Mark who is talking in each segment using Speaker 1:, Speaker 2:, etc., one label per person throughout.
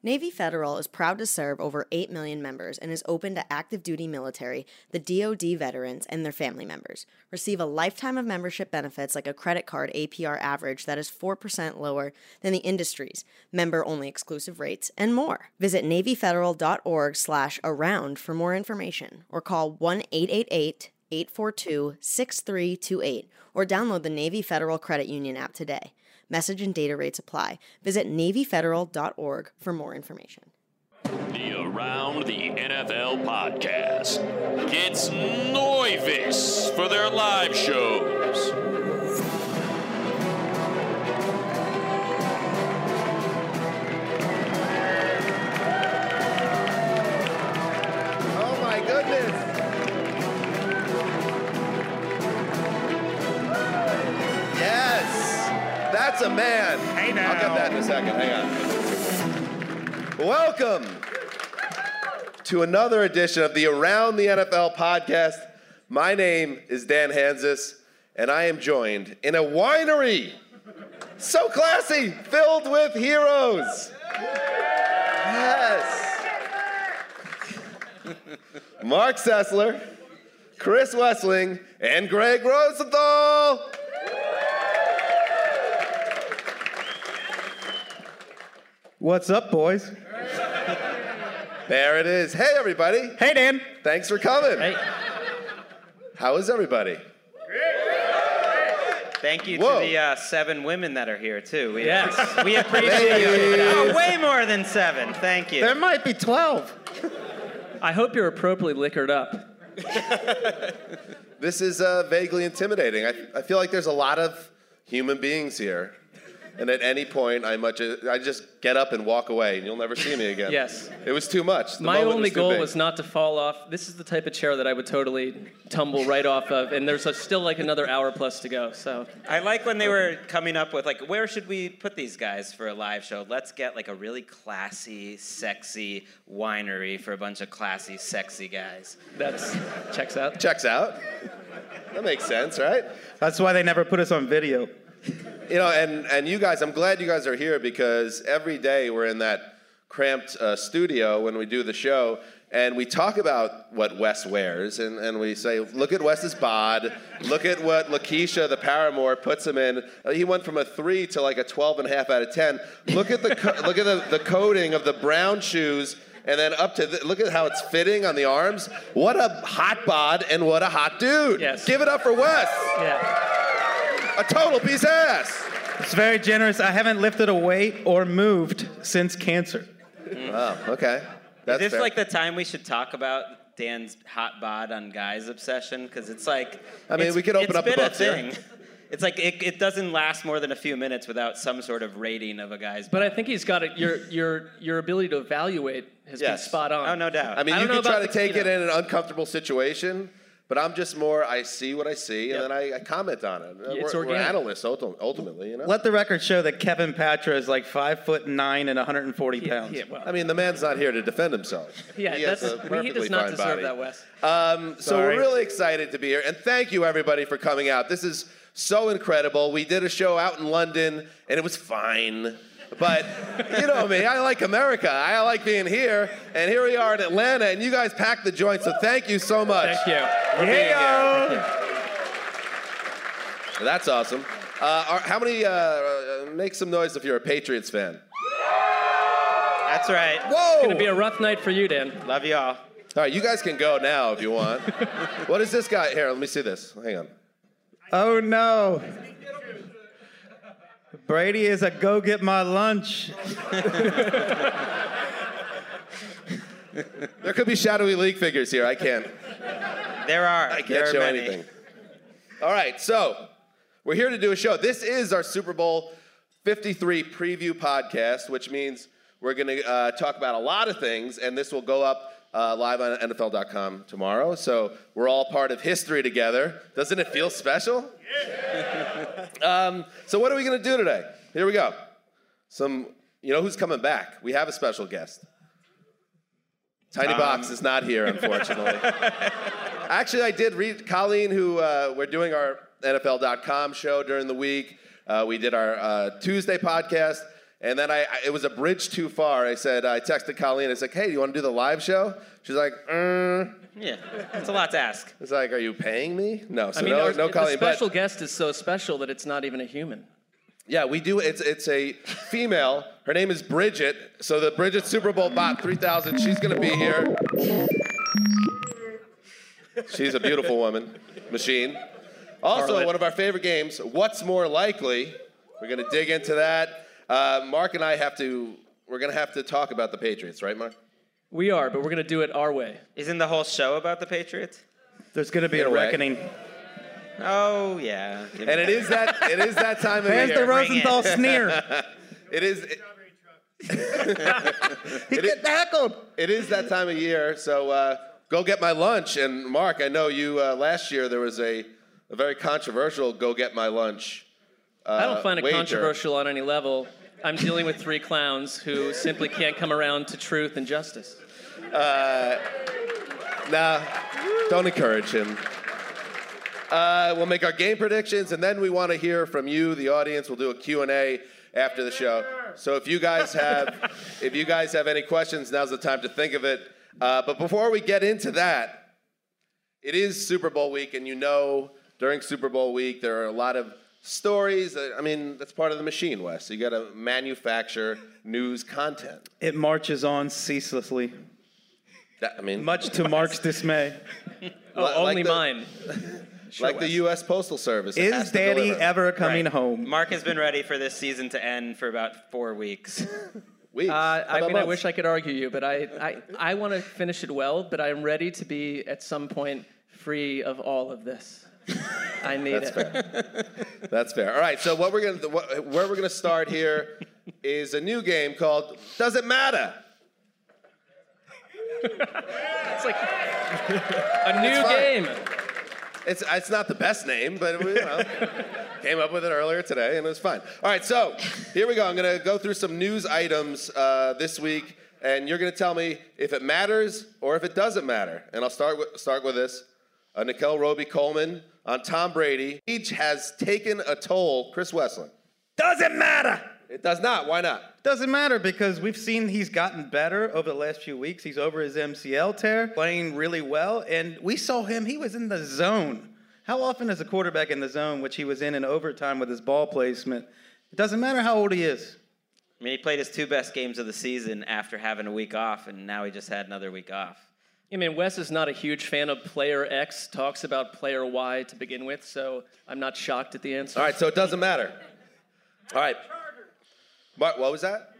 Speaker 1: Navy Federal is proud to serve over 8 million members and is open to active duty military, the DoD veterans, and their family members. Receive a lifetime of membership benefits like a credit card APR average that is 4% lower than the industry's member only exclusive rates, and more. Visit NavyFederal.org slash around for more information or call 1 888 842 6328 or download the Navy Federal Credit Union app today. Message and data rates apply. Visit NavyFederal.org for more information.
Speaker 2: The Around the NFL podcast gets Noivis for their live shows.
Speaker 3: Oh my goodness. Yes. That's a man.
Speaker 4: Hey
Speaker 3: I'll get
Speaker 4: now.
Speaker 3: that in a second. Hang on. Welcome to another edition of the Around the NFL podcast. My name is Dan Hansis, and I am joined in a winery. So classy, filled with heroes. Yes. Mark Sessler, Chris Wessling, and Greg Rosenthal. What's up, boys? there it is. Hey, everybody.
Speaker 4: Hey, Dan.
Speaker 3: Thanks for coming. How is everybody?
Speaker 5: Thank you
Speaker 3: Whoa.
Speaker 5: to the uh, seven women that are here too. We,
Speaker 4: Yes.
Speaker 5: we appreciate you. Oh, way more than seven. Thank you.
Speaker 3: might be 12.
Speaker 4: I hope you're appropriately liquored up.
Speaker 3: This is uh, vaguely intimidating. I, I feel like there's a lot of human beings here. And at any point, I, much, I just get up and walk away, and you'll never see me again.
Speaker 4: Yes.
Speaker 3: It was too much. The
Speaker 4: My
Speaker 3: moment
Speaker 4: only
Speaker 3: was too
Speaker 4: goal
Speaker 3: big.
Speaker 4: was not to fall off. This is the type of chair that I would totally tumble right off of, and there's uh still like another hour plus to go. So
Speaker 5: I like when they were coming up with like, where should we put these guys for a live show? Let's get like a really classy, sexy winery for a bunch of classy, sexy guys.
Speaker 4: that's checks out.
Speaker 3: Checks out. That makes sense, right?
Speaker 6: That's why they never put us on video.
Speaker 3: You know, and, and you guys, I'm glad you guys are here because every day we're in that cramped uh, studio when we do the show, and we talk about what Wes wears, and, and we say, look at Wes's bod, look at what Lakeisha, the paramour, puts him in. Uh, He went from a three to like a 12 and a half out of 10. Look at the, co- look at the, the coating of the brown shoes. And then up to th- look at how it's fitting on the arms. What a hot bod and what a hot dude!
Speaker 4: Yes.
Speaker 3: Give it up for Wes,
Speaker 4: Yeah.
Speaker 3: a total piece of ass.
Speaker 6: It's very generous. I haven't lifted a weight or moved since cancer.
Speaker 3: Oh, okay. That's
Speaker 5: Is this
Speaker 3: fair.
Speaker 5: like the time we should talk about Dan's hot bod on guys obsession? Because it's like,
Speaker 3: I mean,
Speaker 5: it's-
Speaker 3: we could open
Speaker 5: it's
Speaker 3: up the
Speaker 5: been a
Speaker 3: books here.
Speaker 5: thing. It's like it, it doesn't last more than a few minutes without some sort of rating of a guy's.
Speaker 4: But I think he's got it. Your your your ability to evaluate has
Speaker 3: Yes.
Speaker 4: been spot on.
Speaker 5: oh no doubt.
Speaker 3: I mean,
Speaker 4: I
Speaker 3: you
Speaker 4: don't know
Speaker 3: could try to
Speaker 4: about the-
Speaker 3: take
Speaker 4: you
Speaker 3: it
Speaker 4: know.
Speaker 3: in an uncomfortable situation, But I'm just more, I see what I see, and then I, I comment on it.
Speaker 4: It's
Speaker 3: we're, we're
Speaker 4: organic.
Speaker 3: analysts ulti- ultimately, you know.
Speaker 6: Let the record show that Kevin Patra is like five foot nine and 140 pounds.
Speaker 4: Yeah, well,
Speaker 3: I mean, the man's not here to defend himself.
Speaker 4: yeah,
Speaker 3: He has
Speaker 4: that's,
Speaker 3: a
Speaker 4: he
Speaker 3: perfectly
Speaker 4: does not
Speaker 3: fine
Speaker 4: deserve
Speaker 3: body.
Speaker 4: that, Wes.
Speaker 3: Um, so
Speaker 6: Sorry.
Speaker 3: we're really excited to be here, and thank you everybody for coming out. This is so incredible. We did a show out in London, and it was fine. But you know me, I like America. I like being here, and here we are in Atlanta, and you guys packed the joint. So thank you so much.
Speaker 4: Thank you.
Speaker 3: for being here. That's awesome. Uh, are, how many? Uh, uh, make some noise if you're a Patriots fan.
Speaker 5: That's right.
Speaker 3: Whoa!
Speaker 4: It'd be a rough night for you, Dan.
Speaker 5: Love y'all.
Speaker 3: All right, you guys can go now if you want. what is this guy? Here, let me see this. Hang on.
Speaker 6: Oh no. Brady is a go get my lunch.
Speaker 3: There could be shadowy league figures here. I can't.
Speaker 5: There are.
Speaker 3: I
Speaker 5: there
Speaker 3: can't
Speaker 5: are
Speaker 3: show
Speaker 5: many.
Speaker 3: anything. All right, so we're here to do a show. This is our Super Bowl 53 preview podcast, which means we're going to uh, talk about a lot of things, and this will go up uh, live on NFL.com tomorrow. So we're all part of history together. Doesn't it feel special? um, so what are we going to do today? Here we go. Some, you know, who's coming back? We have a special guest. Tiny Box is not here, unfortunately. Actually, I did read Colleen, who uh, we're doing our NFL.com show during the week. Uh, we did our uh, Tuesday podcast, and then I, I- it was a bridge too far. I said I texted Colleen. I said, "Hey, do you want to do the live show?" She's like, mm.
Speaker 5: Yeah, it's a lot to ask.
Speaker 3: "It's like, are you paying me?" No, so
Speaker 4: I mean,
Speaker 3: no,
Speaker 4: our,
Speaker 3: no,
Speaker 4: the
Speaker 3: Colleen.
Speaker 4: special
Speaker 3: but
Speaker 4: guest is so special that it's not even a human.
Speaker 3: yeah, we do. It's it's a female. Her name is Bridget. So the Bridget Super Bowl bot 3000. She's gonna be here. She's a beautiful woman, machine. Also, one of our favorite games, What's More Likely. We're going to dig into that. Uh, Mark and I have to, we're going to have to talk about the Patriots, right, Mark?
Speaker 4: We are, but we're gonna do it our way.
Speaker 5: Isn't the whole show about the Patriots?
Speaker 6: There's gonna be
Speaker 3: Get
Speaker 6: a
Speaker 3: away.
Speaker 6: reckoning.
Speaker 5: Oh yeah. Give me
Speaker 3: And it
Speaker 5: that.
Speaker 3: is that, it is that time of
Speaker 6: There's
Speaker 3: the
Speaker 6: the
Speaker 3: year.
Speaker 6: Rosenthal sneer.
Speaker 3: It is, it,
Speaker 6: He get tackled.
Speaker 3: it is that time of year. So uh, go get my lunch. And Mark, I know you, uh, last year there was a, a very controversial go get my lunch. Uh,
Speaker 4: I don't find it
Speaker 3: wager.
Speaker 4: controversial on any level. I'm dealing with three clowns who simply can't come around to truth and justice.
Speaker 3: Nah, don't encourage him. Uh, we'll make our game predictions, and then we want to hear from you, the audience. We'll do a Q&A after the show. So if you guys have, if you guys have any questions, now's the time to think of it. Uh, but before we get into that, it is Super Bowl week, and you know during Super Bowl week there are a lot of stories. That, I mean, that's part of the machine, Wes. So you got to manufacture news content.
Speaker 6: It marches on ceaselessly,
Speaker 3: That, I mean,
Speaker 6: much to Mark's dismay.
Speaker 4: Oh,
Speaker 3: Like
Speaker 4: only
Speaker 3: the-
Speaker 4: mine.
Speaker 3: like the U.S. Postal Service. it has
Speaker 6: Is
Speaker 3: to
Speaker 6: Daddy
Speaker 3: deliver.
Speaker 6: ever coming
Speaker 5: Right.
Speaker 6: home?
Speaker 5: Mark has been ready for this season to end for about four weeks.
Speaker 3: Weeks.
Speaker 4: Uh,
Speaker 3: How
Speaker 4: I
Speaker 3: about
Speaker 4: mean, I
Speaker 3: months?
Speaker 4: wish I could argue you, but I, I, I want to finish it well, but I'm ready to be at some point free of all of this. I need
Speaker 3: That's
Speaker 4: it.
Speaker 3: fair. That's fair. All right. So what we're gonna what, where we're gonna start here is a new game called Does It Matter?
Speaker 4: It's like a new
Speaker 3: fine.
Speaker 4: game.
Speaker 3: It's it's not the best name, but you know, came up with it earlier today and it was fine. All right. So here we go. I'm gonna go through some news items uh, this week, and you're gonna tell me if it matters or if it doesn't matter. And I'll start with start with this. Uh, Nicole Roby Coleman on Tom Brady each has taken a toll. Chris Wessling.
Speaker 6: Doesn't matter.
Speaker 3: It does not. Why not?
Speaker 6: Doesn't matter because we've seen he's gotten better over the last few weeks. He's over his MCL tear, playing really well, and we saw him. He was in the zone. How often is a quarterback in the zone, which he was in in overtime with his ball placement? It doesn't matter how old he is.
Speaker 5: I mean, he played his two best games of the season after having a week off, and now he just had another week off.
Speaker 4: I mean, Wes is not a huge fan of player X, talks about player Y to begin with, so I'm not shocked at the answer.
Speaker 3: All right, so it doesn't matter. All right. Mark, what was that?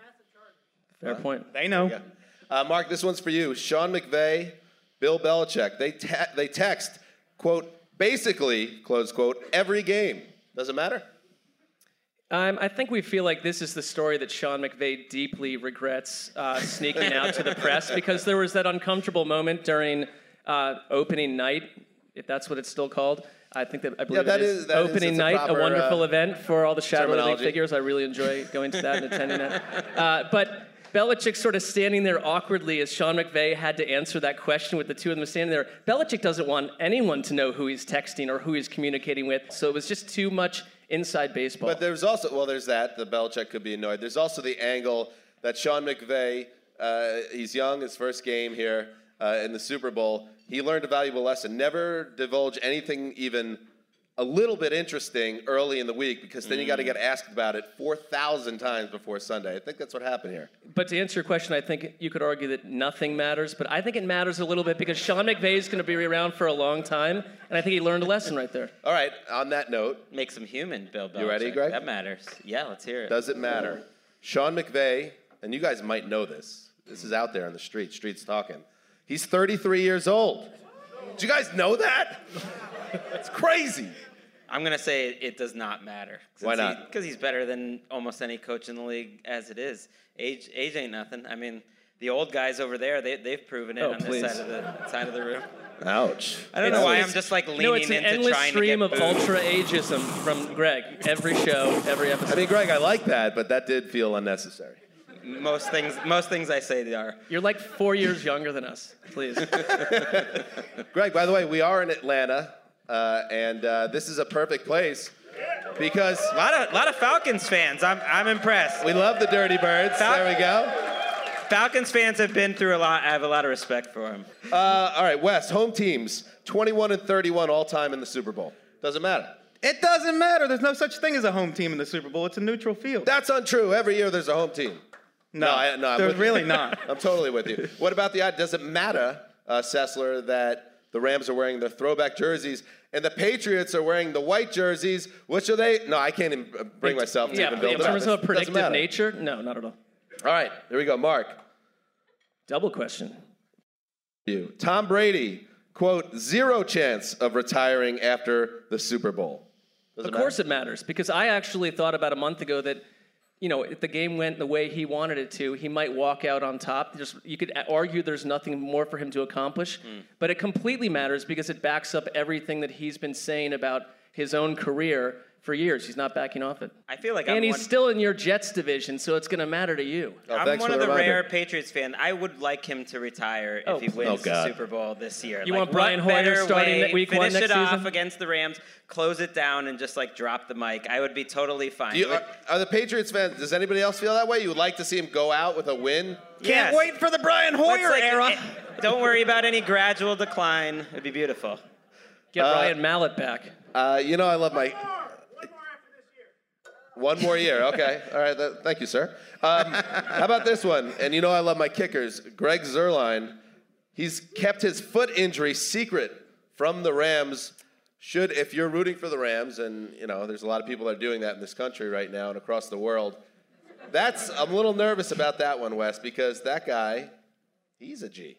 Speaker 4: Fair point.
Speaker 6: They know.
Speaker 3: Yeah. Uh, Mark, this one's for you. Sean McVay, Bill Belichick. They te- they text quote basically close quote every game. Doesn't matter.
Speaker 4: Um, I think we feel like this is the story that Sean McVay deeply regrets uh, sneaking out to the press because there was that uncomfortable moment during uh, opening night if that's what it's still called. I think that I believe
Speaker 3: that
Speaker 4: it is,
Speaker 3: is- that is-
Speaker 4: opening
Speaker 3: it's a
Speaker 4: night,
Speaker 3: proper,
Speaker 4: a wonderful
Speaker 3: uh,
Speaker 4: event for all the Shadow League
Speaker 3: terminology.
Speaker 4: figures. I really enjoy going to that and attending that. Uh, but Belichick sort of standing there awkwardly as Sean McVay had to answer that question with the two of them standing there. Belichick doesn't want anyone to know who he's texting or who he's communicating with, so it was just too much inside baseball.
Speaker 3: But there's also well, there's that the Belichick could be annoyed. There's also the angle that Sean McVay, uh, he's young, his first game here uh, in the Super Bowl. He learned a valuable lesson: never divulge anything even a little bit interesting early in the week, because then you got to get asked about it four thousand times before Sunday. I think that's what happened here.
Speaker 4: But to answer your question, I think you could argue that nothing matters, but I think it matters a little bit because Sean McVay is going to be around for a long time, and I think he learned a lesson right there.
Speaker 3: All right. On that note,
Speaker 5: Makes him human, Bill Belichick.
Speaker 3: You ready, Greg?
Speaker 5: That matters. Yeah, let's hear it.
Speaker 3: does it matter? Sean McVay, and you guys might know this. This is out there on the street. Streets talking. He's 33 years old. Do you guys know that? It's crazy.
Speaker 5: I'm gonna say it, it does not matter.
Speaker 3: Why not?
Speaker 5: Because he's better than almost any coach in the league as it is. Age, age ain't nothing. I mean, the old guys over there, they, they've proven it
Speaker 4: Oh,
Speaker 5: on
Speaker 4: please.
Speaker 5: this side of the side of the room.
Speaker 3: Ouch.
Speaker 5: I don't know why I'm just like leaning
Speaker 4: no, it's an
Speaker 5: into
Speaker 4: endless
Speaker 5: trying
Speaker 4: stream
Speaker 5: to
Speaker 4: of
Speaker 5: get booed.
Speaker 4: ultra ageism from Greg. Every show, every
Speaker 3: I
Speaker 4: episode.
Speaker 3: mean, Greg, I like that, but that did feel unnecessary.
Speaker 5: Most things, most things I say they are.
Speaker 4: You're like four years younger than us. Please.
Speaker 3: Greg, by the way, we are in Atlanta, uh, and uh, this is a perfect place because
Speaker 5: A lot of, lot of Falcons fans. I'm, I'm impressed.
Speaker 3: we love the Dirty Birds. There we go.
Speaker 5: Falcons fans have been through a lot. I have a lot of respect for them.
Speaker 3: Uh, all right, West home teams, 21 and 31 all time in the Super Bowl. Doesn't matter.
Speaker 6: It doesn't matter. There's no such thing as a home team in the Super Bowl. It's a neutral field.
Speaker 3: That's untrue. Every year there's a home team. No, I, no, I'm
Speaker 6: there's
Speaker 3: with you.
Speaker 6: really not.
Speaker 3: I'm totally with you. What about the odd? Does it matter, uh, Sessler, that the Rams are wearing their throwback jerseys and the Patriots are wearing the white jerseys? Which are they? No, I can't even uh, bring myself to
Speaker 4: yeah,
Speaker 3: even build
Speaker 4: in
Speaker 3: it up.
Speaker 4: terms of a
Speaker 3: Doesn't
Speaker 4: predictive
Speaker 3: matter.
Speaker 4: nature, no, not at all.
Speaker 3: All right, here we go. Mark,
Speaker 4: Double question.
Speaker 3: you. Tom Brady, quote, zero chance of retiring after the Super Bowl.
Speaker 4: of course it matters because I actually thought about a month ago that you know if the game went the way he wanted it to, he might walk out on top. Just you could a- argue there's nothing more for him to accomplish,
Speaker 5: Hmm.
Speaker 4: but it completely matters because it backs up everything that he's been saying about his own career for years. He's not backing off it.
Speaker 5: I feel like
Speaker 4: and
Speaker 5: I'm
Speaker 4: he's
Speaker 5: one-
Speaker 4: still in your Jets division, so it's going to matter to you.
Speaker 3: Oh,
Speaker 5: I'm
Speaker 3: thanks
Speaker 5: one
Speaker 3: for
Speaker 5: of the
Speaker 3: reminder.
Speaker 5: rare Patriots fan. I would like him to retire
Speaker 4: Oh,
Speaker 5: if he
Speaker 4: please.
Speaker 5: wins
Speaker 3: Oh,
Speaker 5: the
Speaker 3: God.
Speaker 5: Super Bowl this year.
Speaker 4: You
Speaker 5: Like,
Speaker 4: want Brian
Speaker 5: what
Speaker 4: Hoyer
Speaker 5: better
Speaker 4: starting
Speaker 5: way,
Speaker 4: week one
Speaker 5: finish
Speaker 4: next
Speaker 5: it off
Speaker 4: season?
Speaker 5: against the Rams, close it down, and just like drop the mic. I would be totally fine.
Speaker 3: Do you, uh,
Speaker 5: Like,
Speaker 3: are, are the Patriots fans, does anybody else feel that way? You would like to see him go out with a win?
Speaker 5: Yes.
Speaker 3: for the Brian
Speaker 5: Let's, like, eh, Don't worry about any gradual decline. It'd be beautiful.
Speaker 4: Get
Speaker 5: Uh,
Speaker 4: Ryan Mallett back.
Speaker 3: Uh, you know, I love my. One more year, okay. All right, th- thank you, sir. Um, how about this one? And you know, I love my kickers. Greg Zerline, he's kept his foot injury secret from the Rams. Should, if you're rooting for the Rams, and you know, there's a lot of people that are doing that in this country right now and across the world. That's I'm a little nervous about that one, Wes, because that guy, he's a G.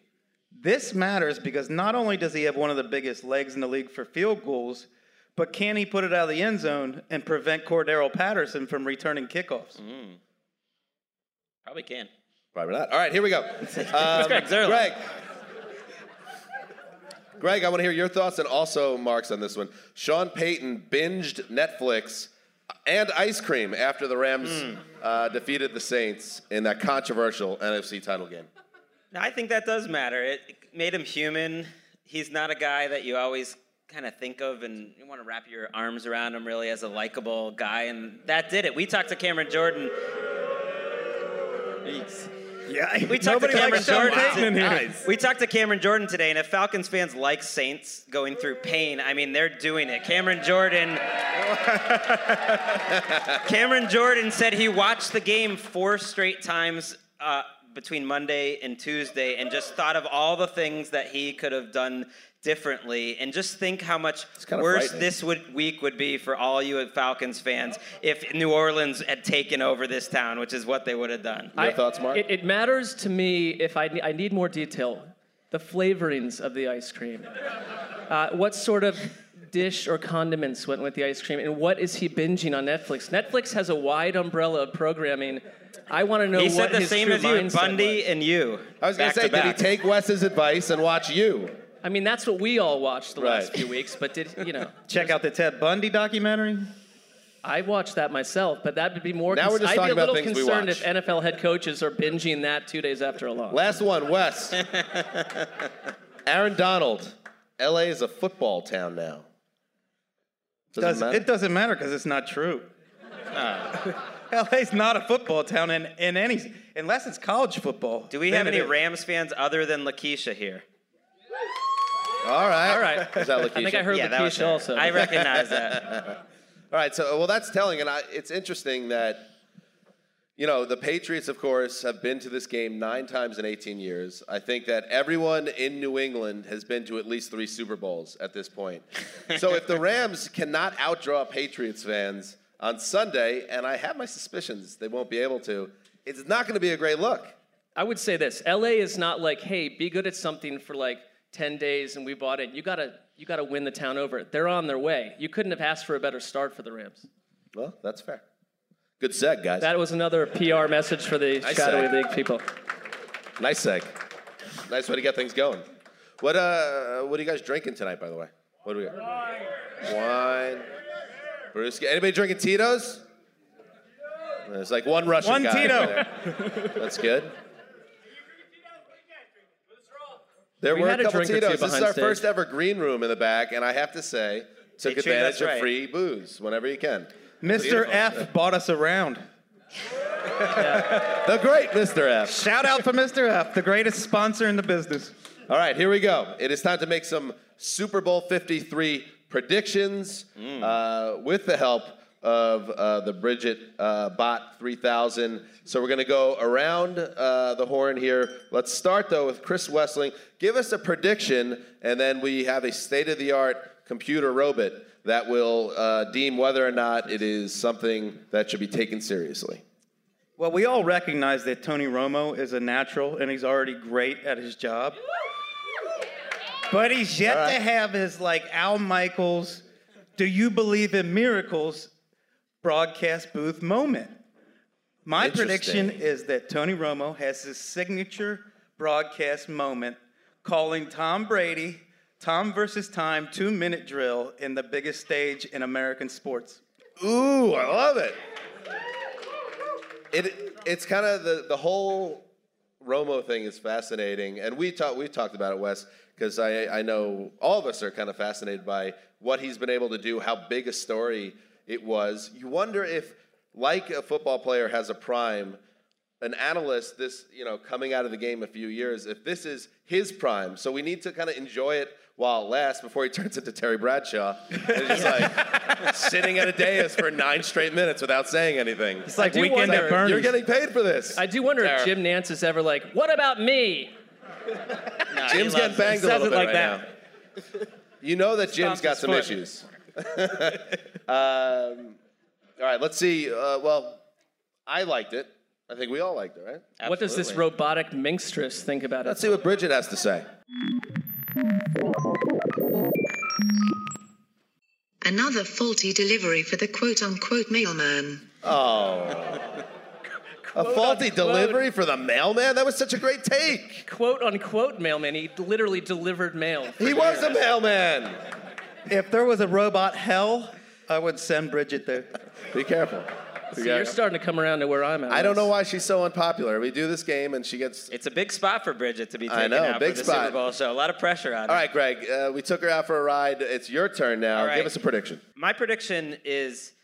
Speaker 6: This matters because not only does he have one of the biggest legs in the league for field goals, but can he put it out of the end zone and prevent Cordero Patterson from returning kickoffs?
Speaker 5: Mm. Probably can.
Speaker 3: Probably not. All right, here we go. Um,
Speaker 5: Greg Zerline.
Speaker 3: Greg. Greg, I want to hear your thoughts and also Mark's on this one. Sean Payton binged Netflix and ice cream after the Rams
Speaker 4: Hmm.
Speaker 3: uh, defeated the Saints in that controversial NFC title game.
Speaker 5: No, I think that does matter. It it made him human. He's not a guy that you always kind of think of and you want to wrap your arms around him really as a likable guy, and that did it. We talked to Cameron Jordan. Jeez.
Speaker 6: Yeah,
Speaker 5: We talked to Cameron Jordan.
Speaker 6: here.
Speaker 5: We talked to Cameron Jordan today, and if Falcons fans like Saints going through pain, I mean they're doing it. Cameron Jordan. Cameron Jordan said he watched the game four straight times uh, between Monday and Tuesday, and just thought of all the things that he could have done differently, and just think how much
Speaker 3: kinda
Speaker 5: worse
Speaker 3: frightening.
Speaker 5: this would, week would be for all you Falcons fans if New Orleans had taken over this town, which is what they would have done.
Speaker 3: Your
Speaker 4: I-
Speaker 3: thoughts, Mark?
Speaker 4: It, it matters to me if I, ne- I need more detail. The flavorings of the ice cream. Uh, what sort of dish or condiments went with the ice cream? And what is he binging on Netflix? Netflix has a wide umbrella of programming. I want to know
Speaker 5: He
Speaker 4: what
Speaker 5: said the
Speaker 4: his
Speaker 5: same
Speaker 4: true
Speaker 5: as you,
Speaker 4: mindset
Speaker 5: Bundy
Speaker 4: was.
Speaker 5: and you.
Speaker 3: I was going
Speaker 5: back
Speaker 3: to say,
Speaker 5: back.
Speaker 3: did he take Wes's advice and watch you?
Speaker 4: I mean, that's what we all watched the last
Speaker 3: Right.
Speaker 4: few weeks. But did you know?
Speaker 6: Check out the Ted Bundy documentary.
Speaker 4: I watched that myself, but that would be more.
Speaker 3: Now we're just
Speaker 4: I'd
Speaker 3: talking
Speaker 4: be a
Speaker 3: about
Speaker 4: little
Speaker 3: things we
Speaker 4: concerned
Speaker 3: watch.
Speaker 4: if NFL head coaches are binging that two days after a loss.
Speaker 3: Last one, Wes. Aaron Donald. LA is a football town now.
Speaker 6: Does,
Speaker 3: matter.
Speaker 6: it doesn't matter because it's not true. LA's not a football town in, in any unless it's college football.
Speaker 5: Do we
Speaker 6: Then it
Speaker 5: have any
Speaker 6: is.
Speaker 5: Rams fans other than Lakeisha here?
Speaker 3: All right.
Speaker 4: All right.
Speaker 3: Is that
Speaker 4: I think I
Speaker 3: Lakeisha?
Speaker 4: heard
Speaker 5: Yeah,
Speaker 4: the
Speaker 5: that was
Speaker 4: Lakeisha
Speaker 5: her.
Speaker 4: also.
Speaker 5: I recognize that.
Speaker 3: All right, so uh, well, that's telling, and I, it's interesting that you know the Patriots, of course, have been to this game nine times in 18 years. I think that everyone in New England has been to at least three Super Bowls at this point. so if the Rams cannot outdraw Patriots fans on Sunday, and I have my suspicions they won't be able to, it's not going to be a great look.
Speaker 4: I would say this: LA is not like, hey, be good at something for like ten days, and we bought it. You gotta, you gotta win the town over. They're on their way. You couldn't have asked for a better start for the Rams.
Speaker 3: Well, that's fair. Good seg, guys.
Speaker 4: That was another PR message for the
Speaker 3: Nice
Speaker 4: Shadowy
Speaker 3: save.
Speaker 4: League people.
Speaker 3: nice seg. Nice way to get things going. What uh, what are you guys drinking tonight, by the way? What do we got? Wine. Brewski. Anybody drinking Tito's? There's like one Russian
Speaker 6: One
Speaker 3: guy.
Speaker 6: Tito.
Speaker 3: over there. That's good. There
Speaker 4: We
Speaker 3: were
Speaker 4: had
Speaker 3: a
Speaker 4: a
Speaker 3: couple
Speaker 4: drink or two
Speaker 3: Tito's. This is
Speaker 4: behind
Speaker 3: our
Speaker 4: stage.
Speaker 3: first ever green room in the back, and I have to say, took
Speaker 5: They treat
Speaker 3: advantage
Speaker 5: us
Speaker 3: of
Speaker 5: right.
Speaker 3: free booze whenever you can.
Speaker 6: Mr.
Speaker 3: Beautiful.
Speaker 6: F bought us around.
Speaker 3: The great Mr. F.
Speaker 6: Shout out for Mr. F, the greatest sponsor in the business.
Speaker 3: All right, here we go. It is time to make some Super Bowl 53 predictions uh, with the help of uh, the Bridget uh, Bot 3000. So we're going to go around uh, the horn here. Let's start, though, with Chris Wessling. Give us a prediction, and then we have a state of the art computer robot that will uh, deem whether or not it is something that should be taken seriously.
Speaker 6: Well, we all recognize that Tony Romo is a natural and he's already great at his job. But he's yet
Speaker 3: All right.
Speaker 6: to have his, like, Al Michaels, do you believe in miracles broadcast booth moment. My
Speaker 3: Interesting.
Speaker 6: prediction is that Tony Romo has his signature broadcast moment calling Tom Brady, Tom versus Time, two minute drill in the biggest stage in American sports.
Speaker 3: Ooh, I love it. It it's kind of the the whole Romo thing is fascinating, and we talked we've talked about it, Wes, because I I know all of us are kind of fascinated by what he's been able to do, how big a story it was. You wonder if, like a football player has a prime, an analyst this you know coming out of the game a few years if this is his prime so we need to kind of enjoy it while it lasts before he turns into terry bradshaw and he's just like sitting at a dais for nine straight minutes without saying anything
Speaker 6: It's like
Speaker 4: do
Speaker 6: Weekend
Speaker 4: wonder-
Speaker 6: at Bernie's.
Speaker 3: you're getting paid for this
Speaker 4: I do wonder
Speaker 3: Sarah.
Speaker 4: if Jim Nance is ever like, what about me?
Speaker 3: jim's getting banged a
Speaker 5: Says
Speaker 3: little
Speaker 5: it
Speaker 3: bit
Speaker 5: like
Speaker 3: right
Speaker 5: that.
Speaker 3: now you know that jim's
Speaker 6: Stomps
Speaker 3: got
Speaker 6: his
Speaker 3: some
Speaker 6: foot.
Speaker 3: issues um, all right let's see uh, well i liked it i think we all liked it right
Speaker 4: What does this
Speaker 5: Absolutely.
Speaker 4: robotic minstress think about
Speaker 3: let's
Speaker 4: it?
Speaker 3: see what bridget has to say
Speaker 7: Another faulty delivery for the quote unquote mailman.
Speaker 3: Oh. A faulty delivery for the mailman? That was such a great take.
Speaker 4: Quote unquote mailman. He literally delivered mail.
Speaker 3: He was a mailman.
Speaker 6: If there was a robot hell, I would send Bridget there.
Speaker 3: Be careful. Be
Speaker 4: You're
Speaker 3: careful.
Speaker 4: starting to come around to where I'm at.
Speaker 3: I don't
Speaker 4: Wes.
Speaker 3: know why she's so unpopular. We do this game and she gets.
Speaker 5: It's a big spot for Bridget to be
Speaker 3: I
Speaker 5: taken
Speaker 3: know,
Speaker 5: out
Speaker 3: big
Speaker 5: for the
Speaker 3: spot.
Speaker 5: Super Bowl show. A lot of pressure on her.
Speaker 3: All right, Greg, uh, we took her out for a ride. It's your turn now.
Speaker 5: All right.
Speaker 3: Give us a prediction.
Speaker 5: My prediction is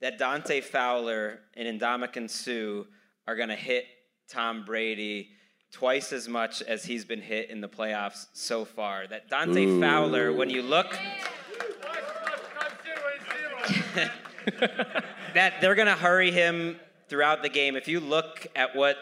Speaker 5: that Dante Fowler and Indomitian Sue are going to hit Tom Brady twice as much as he's been hit in the playoffs so far. That Dante Fowler, when you look, that they're going to hurry him throughout the game. If you look at what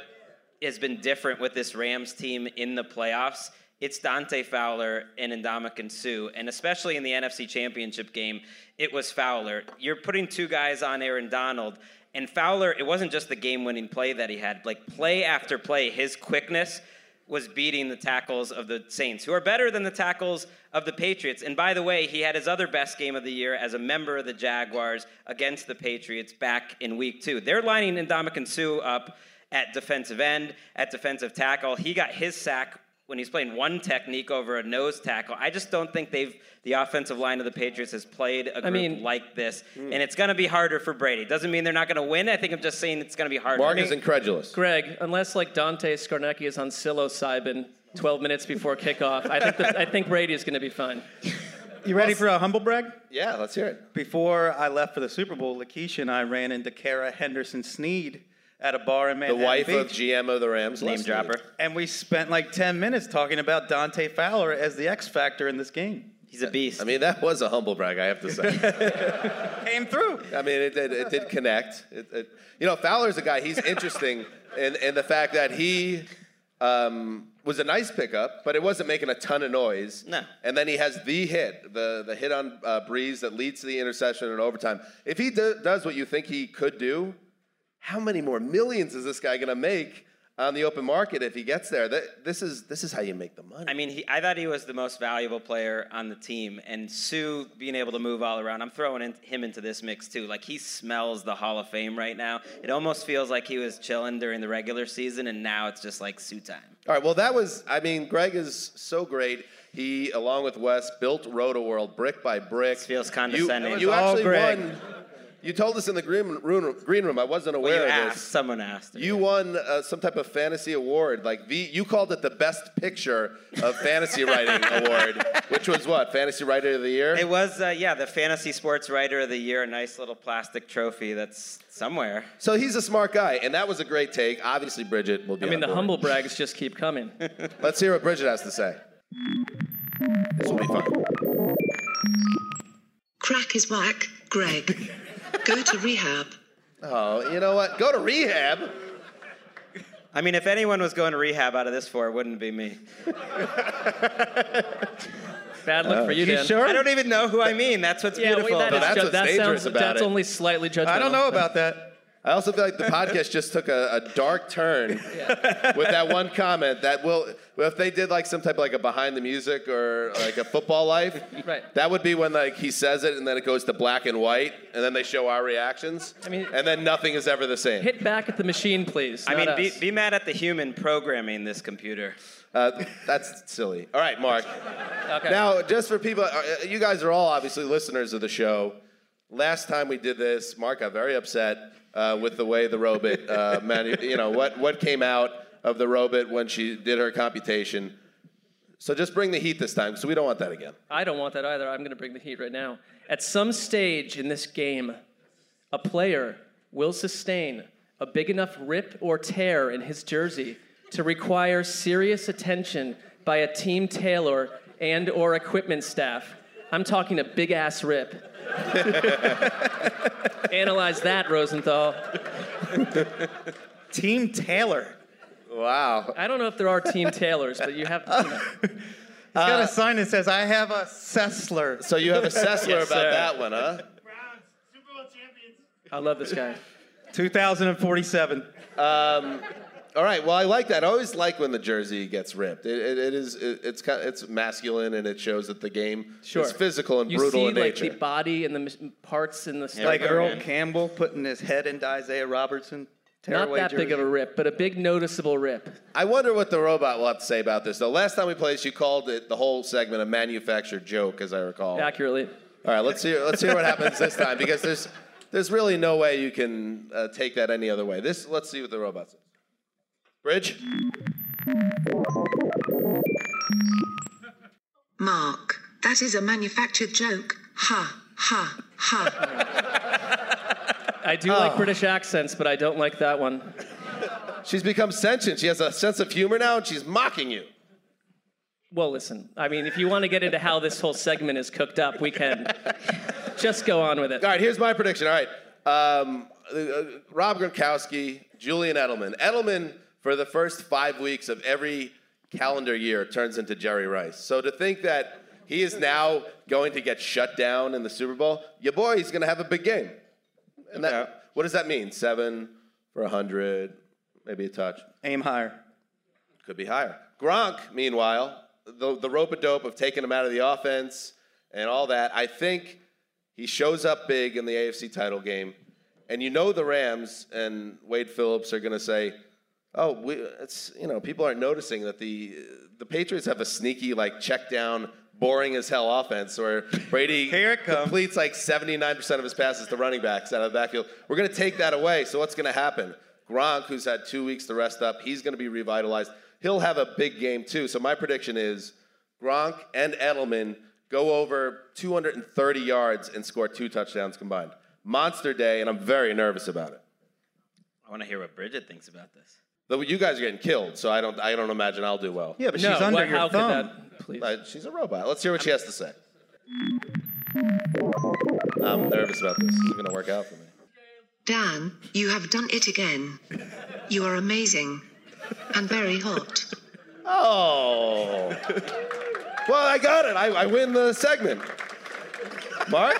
Speaker 5: has been different with this Rams team in the playoffs, it's Dante Fowler and Indomitian Sue. And especially in the NFC Championship game, it was Fowler. You're putting two guys on Aaron Donald. And Fowler, it wasn't just the game winning play that he had, like play after play, his quickness was beating the tackles of the Saints, who are better than the tackles of the Patriots. And by the way, he had his other best game of the year as a member of the Jaguars against the Patriots back in week two. They're lining Indomitian Sue up at defensive end, at defensive tackle. He got his sack when he's playing one technique over a nose tackle. I just don't think they've the offensive line of the Patriots has played a group
Speaker 4: mean-
Speaker 5: like this,
Speaker 3: Hmm.
Speaker 5: and it's going to be harder for Brady. Doesn't mean they're not going to win. I think I'm just saying it's going to be harder.
Speaker 3: Mark is incredulous.
Speaker 4: Greg, unless like Dante Scarnecchi is on psilocybin 12 minutes before kickoff, I think the, I think Brady is going to be fine.
Speaker 6: You ready for a humble brag?
Speaker 3: Yeah, let's hear it.
Speaker 6: Before I left for the Super Bowl, Lakeisha and I ran into Kara Henderson Sneed at a bar in
Speaker 3: The
Speaker 6: Manhattan
Speaker 3: wife of
Speaker 6: Beach.
Speaker 3: GM of the Rams,
Speaker 5: Name
Speaker 3: Leslie.
Speaker 5: dropper.
Speaker 6: and we spent like 10 minutes talking about Dante Fowler as the X factor in this game.
Speaker 5: He's a beast.
Speaker 3: I mean, that was a humble brag, I have to say.
Speaker 6: Came through.
Speaker 3: I mean, it did, it did connect. It, it, you know, Fowler's a guy. He's interesting in, in the fact that he um, was a nice pickup, but it wasn't making a ton of noise.
Speaker 5: No.
Speaker 3: And then he has the hit, the the hit on uh, Breeze that leads to the interception in overtime. If he do, does what you think he could do, how many more millions is this guy going to make on the open market if he gets there? That, this is this is how you make the money.
Speaker 5: I mean, he, I thought he was the most valuable player on the team, and Sue being able to move all around. I'm throwing in, him into this mix too. Like he smells the Hall of Fame right now. It almost feels like he was chilling during the regular season, and now it's just like Sue time.
Speaker 3: All right. Well, that was. I mean, Greg is so great. He, along with Wes, built Roto World brick by brick.
Speaker 5: This feels
Speaker 3: You-
Speaker 5: condescending.
Speaker 3: You,
Speaker 5: It was all
Speaker 3: actually
Speaker 5: Greg.
Speaker 3: won. You told us in the green room. Green room. I wasn't
Speaker 5: Well,
Speaker 3: aware
Speaker 5: you
Speaker 3: of
Speaker 5: asked.
Speaker 3: this.
Speaker 5: Someone asked.
Speaker 3: You won uh, some type of fantasy award, like the you called it the best picture of fantasy writing award, which was what fantasy writer of the year.
Speaker 5: It was, uh, yeah, the fantasy sports writer of the year. A nice little plastic trophy that's somewhere.
Speaker 3: so he's a smart guy, and that was a great take. Obviously, Bridget will be.
Speaker 4: I mean,
Speaker 3: on
Speaker 4: the
Speaker 3: board.
Speaker 4: humble brags just keep coming.
Speaker 3: Let's hear what Bridget has to say. This will be fun.
Speaker 7: Crack is whack, Greg. Go to rehab.
Speaker 3: Oh, you know what? Go to rehab.
Speaker 5: I mean, if anyone was going to rehab out of this for, it wouldn't be me.
Speaker 4: Bad luck for you, Dan.
Speaker 5: I don't even know who I mean. That's what's
Speaker 4: Yeah, wait,
Speaker 5: beautiful.
Speaker 4: that
Speaker 3: No,
Speaker 4: is
Speaker 3: that's
Speaker 4: ju-
Speaker 3: what's
Speaker 4: that
Speaker 3: dangerous
Speaker 4: sounds,
Speaker 3: about
Speaker 4: that's
Speaker 3: it.
Speaker 4: only slightly judgmental.
Speaker 6: I don't know about that.
Speaker 3: I also feel like the podcast just took a, a dark turn with that one comment that will, well, if they did like some type of like a behind the music or like a football life,
Speaker 4: Right.
Speaker 3: that would be when like he says it and then it goes to black and white and then they show our reactions. I
Speaker 4: mean-
Speaker 3: and then nothing is ever the same.
Speaker 4: Hit back at the machine, please.
Speaker 5: I
Speaker 4: not
Speaker 5: mean, be,
Speaker 4: us.
Speaker 5: be mad at the human programming this computer.
Speaker 3: Uh, that's silly. All right, Mark.
Speaker 4: Okay.
Speaker 3: Now, just for people, uh, you guys are all obviously listeners of the show. Last time we did this, Mark got very upset uh, with the way the robot, uh, manu- you know, what, what came out of the robot when she did her computation. So just bring the heat this time, because we don't want that again.
Speaker 4: I don't want that either. I'm going to bring the heat right now. At some stage in this game, a player will sustain a big enough rip or tear in his jersey to require serious attention by a team tailor and or equipment staff. I'm talking a big ass rip. Analyze that, Rosenthal.
Speaker 6: Team Taylor.
Speaker 3: Wow.
Speaker 4: I don't know if there are team tailors, but you have you know,
Speaker 6: He's got a sign that says, I have a Sessler.
Speaker 3: So you have a Sessler about
Speaker 4: sir.
Speaker 3: that one, huh?
Speaker 4: I love this guy.
Speaker 6: 2047.
Speaker 3: All right. Well, I like that. I always like when the jersey gets ripped. It, it, it is. It, it's kind. It's masculine, and it shows that the game
Speaker 4: Sure.
Speaker 3: is physical and
Speaker 4: you
Speaker 3: brutal
Speaker 4: see,
Speaker 3: in
Speaker 4: like
Speaker 3: nature.
Speaker 4: the body and the m- parts and the stuff.
Speaker 6: Like
Speaker 5: Okay.
Speaker 6: Earl Campbell putting his head into Isaiah Robertson.
Speaker 4: Not
Speaker 6: tearaway
Speaker 4: that big of
Speaker 6: jersey.
Speaker 4: a rip, but a big noticeable rip.
Speaker 3: I wonder what the robot will have to say about this. Though last time we played, this, you called it the whole segment a manufactured joke, as I recall.
Speaker 4: Accurately.
Speaker 3: All right, let's hear let's hear what happens this time because there's there's really no way you can uh, take that any other way. This let's see what the robot says. Bridge,
Speaker 7: Mark, that is a manufactured joke. Ha, ha, ha.
Speaker 4: I do
Speaker 6: Oh.
Speaker 4: like British accents, but I don't like that one.
Speaker 3: she's become sentient. She has a sense of humor now, and she's mocking you.
Speaker 4: Well, listen, I mean, if you want to get into how this whole segment is cooked up, we can. Just go on with it.
Speaker 3: All right, here's my prediction. All right, um, uh, uh, Rob Gronkowski, Julian Edelman. Edelman for the first five weeks of every calendar year turns into Jerry Rice. So to think that he is now going to get shut down in the Super Bowl, your boy is going to have a big game. And that, what does that mean? Seven for a hundred, maybe a touch.
Speaker 6: Aim higher.
Speaker 3: Could be higher. Gronk, meanwhile, the, the rope a dope of taking him out of the offense and all that, I think he shows up big in the AFC title game. And you know the Rams and Wade Phillips are going to say, oh, we, it's you know people aren't noticing that the the Patriots have a sneaky like check down, boring as hell offense where Brady
Speaker 6: Here it comes.
Speaker 3: completes like seventy nine percent of his passes to running backs out of the backfield. We're going to take that away. So what's going to happen? Gronk, who's had two weeks to rest up, he's going to be revitalized. He'll have a big game too. So my prediction is Gronk and Edelman go over 230 yards and score two touchdowns combined. Monster day, and I'm very nervous about it.
Speaker 5: I want to hear what Bridget thinks about this.
Speaker 3: Though you guys are getting killed, so I don't. I don't imagine I'll do well.
Speaker 6: Yeah, but
Speaker 4: no,
Speaker 6: she's under
Speaker 4: well,
Speaker 6: your
Speaker 4: how
Speaker 6: thumb.
Speaker 4: could that? Please.
Speaker 3: Uh, she's a robot. Let's hear what she has to say. I'm nervous about this. This is gonna work out for me.
Speaker 7: Dan, you have done it again. You are amazing. And very hot.
Speaker 3: Oh. well, I got it. I, I win the segment. Mark,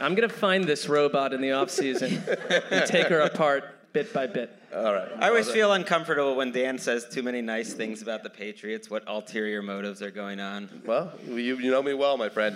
Speaker 4: I'm gonna find this robot in the off season and take her apart bit by bit.
Speaker 5: I always feel uncomfortable when Dan says too many nice things about the Patriots, what ulterior motives are going on.
Speaker 3: well, you, you know me well, my friend.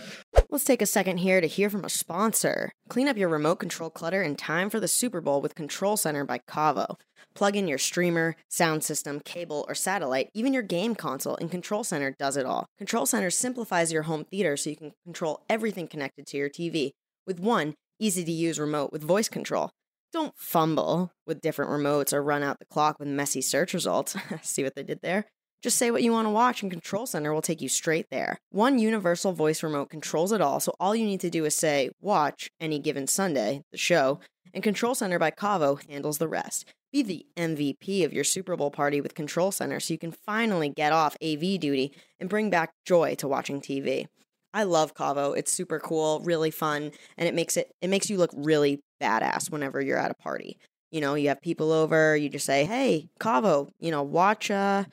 Speaker 1: Let's take a second here to hear from a sponsor. Clean up your remote control clutter in time for the Super Bowl with Control Center by Cavo. Plug in your streamer, sound system, cable, or satellite, even your game console, and Control Center does it all. Control Center simplifies your home theater so you can control everything connected to your TV with one easy to use remote with voice control. Don't fumble with different remotes or run out the clock with messy search results. See what they did there? Just say what you want to watch, and Control Center will take you straight there. One universal voice remote controls it all, so all you need to do is say, Watch any given Sunday, the show, and Control Center by Cavo handles the rest. Be the MVP of your Super Bowl party with Control Center so you can finally get off AV duty and bring back joy to watching TV. I love Cavo. It's super cool, really fun, and it makes it it makes you look really badass whenever you're at a party. You know, you have people over, you just say, "Hey, Cavo, you know, watch uh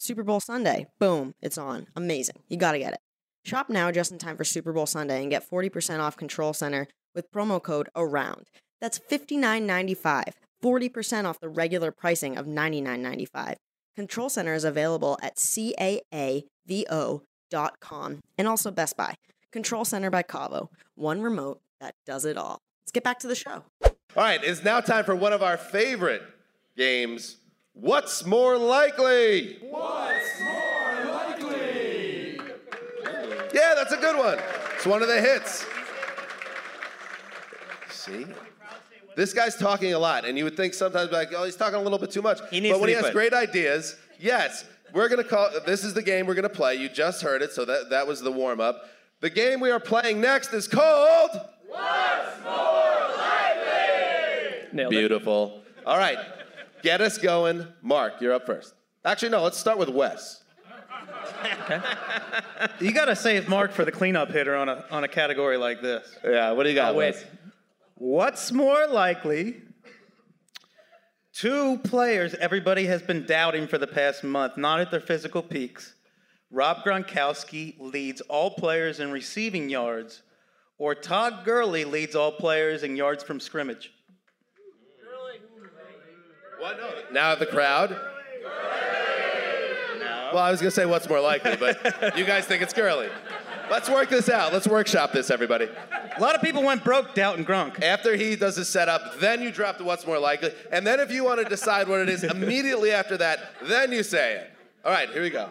Speaker 1: Super Bowl Sunday. Boom, it's on. Amazing. You got to get it. Shop now just in time for Super Bowl Sunday and get 40% off Control Center with promo code AROUND. That's $59.95, 40% off the regular pricing of $99.95. Control Center is available at caavo.com and also Best Buy. Control Center by Cavo, one remote that does it all. Let's get back to the show.
Speaker 3: All right, it's now time for one of our favorite games. What's more likely? What's more likely? Yeah, that's a good one. It's one of the hits. See? This guy's talking a lot, and you would think sometimes like, oh, he's talking a little bit too much.
Speaker 5: He needs
Speaker 3: but
Speaker 5: to
Speaker 3: when
Speaker 5: be
Speaker 3: he has
Speaker 5: put-
Speaker 3: great ideas, yes, we're gonna call. This is the game we're gonna play. You just heard it, so that that was the warm up. The game we are playing next is called.
Speaker 4: Nailed it.
Speaker 3: Beautiful. All right. Get us going. Mark, you're up first. Actually, no, let's start with Wes.
Speaker 6: You got to save Mark for the cleanup hitter on a, on a category like this.
Speaker 3: Yeah, what do you got,
Speaker 4: Wait,
Speaker 3: Wes?
Speaker 6: What's more likely? Two players everybody has been doubting for the past month, not at their physical peaks. Rob Gronkowski leads all players in receiving yards, or Todd Gurley leads all players in yards from scrimmage.
Speaker 3: Now the crowd. Well, I was going to say what's more likely, but you guys think it's girly. Let's work this out. Let's workshop this, everybody.
Speaker 6: A lot of people went broke doubting Gronk.
Speaker 3: After he does his setup, then you drop the what's more likely. And then if you want to decide what it is immediately after that, then you say it. All right, here we go.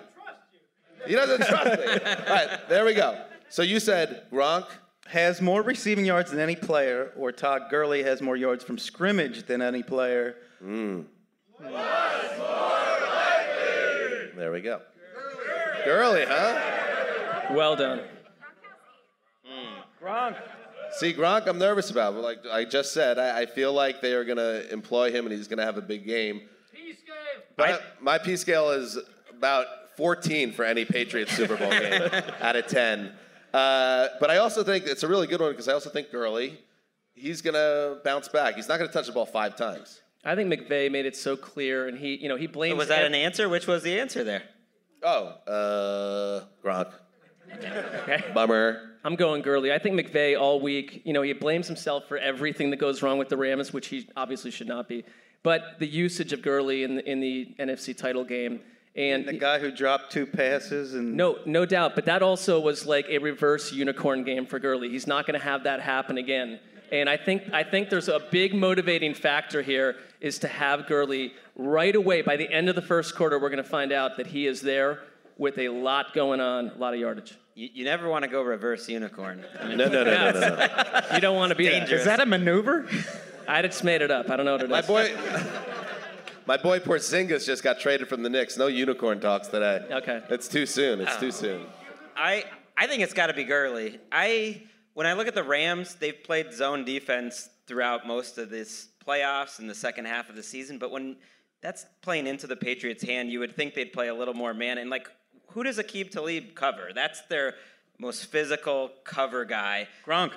Speaker 3: He doesn't trust me. All right, there we go. So you said Gronk,
Speaker 6: Has more receiving yards than any player, or Todd Gurley has more yards from scrimmage than any player.
Speaker 3: There we go. Girly, huh?
Speaker 4: Well done.
Speaker 6: Hmm.
Speaker 3: See, Gronk, I'm nervous about. But like I just said, I, I feel like they are going to employ him and he's going to have a big game. But my P scale is about 14 for any Patriots Super Bowl game out of 10. Uh, but I also think it's a really good one because I also think Gurley, he's going to bounce back. He's not going to touch the ball five times.
Speaker 4: I think McVeigh made it so clear, and he, you know, he blames.
Speaker 5: Was that
Speaker 4: ev-
Speaker 5: an answer? Which was the answer there?
Speaker 3: Oh, uh, Gronk. Bummer.
Speaker 4: I'm going Gurley. I think McVay all week, you know, he blames himself for everything that goes wrong with the Rams, which he obviously should not be. But the usage of Gurley in the, in the NFC title game and
Speaker 6: The guy who dropped two passes and
Speaker 4: no, no doubt. But that also was like a reverse unicorn game for Gurley. He's not going to have that happen again. And I think I think there's a big motivating factor here is to have Gurley right away. By the end of the first quarter, we're going to find out that he is there with a lot going on, a lot of yardage.
Speaker 5: You, you never want to go reverse unicorn. I mean,
Speaker 3: No, no, no, no, no, no.
Speaker 4: You don't want to be
Speaker 5: Dangerous.
Speaker 4: dangerous.
Speaker 6: Is that a maneuver?
Speaker 4: I just made it up. I don't know what it
Speaker 3: My
Speaker 4: is.
Speaker 3: boy, my boy Porzingis just got traded from the Knicks. No unicorn talks today.
Speaker 4: Okay.
Speaker 3: It's too soon. It's too soon.
Speaker 5: I I think it's got to be Gurley. I when I look at the Rams, they've played zone defense throughout most of this playoffs and the second half of the season. But when that's playing into the Patriots' hand, you would think they'd play a little more man. And like, who does Akib Talib cover? That's their most physical cover guy.
Speaker 6: Gronk.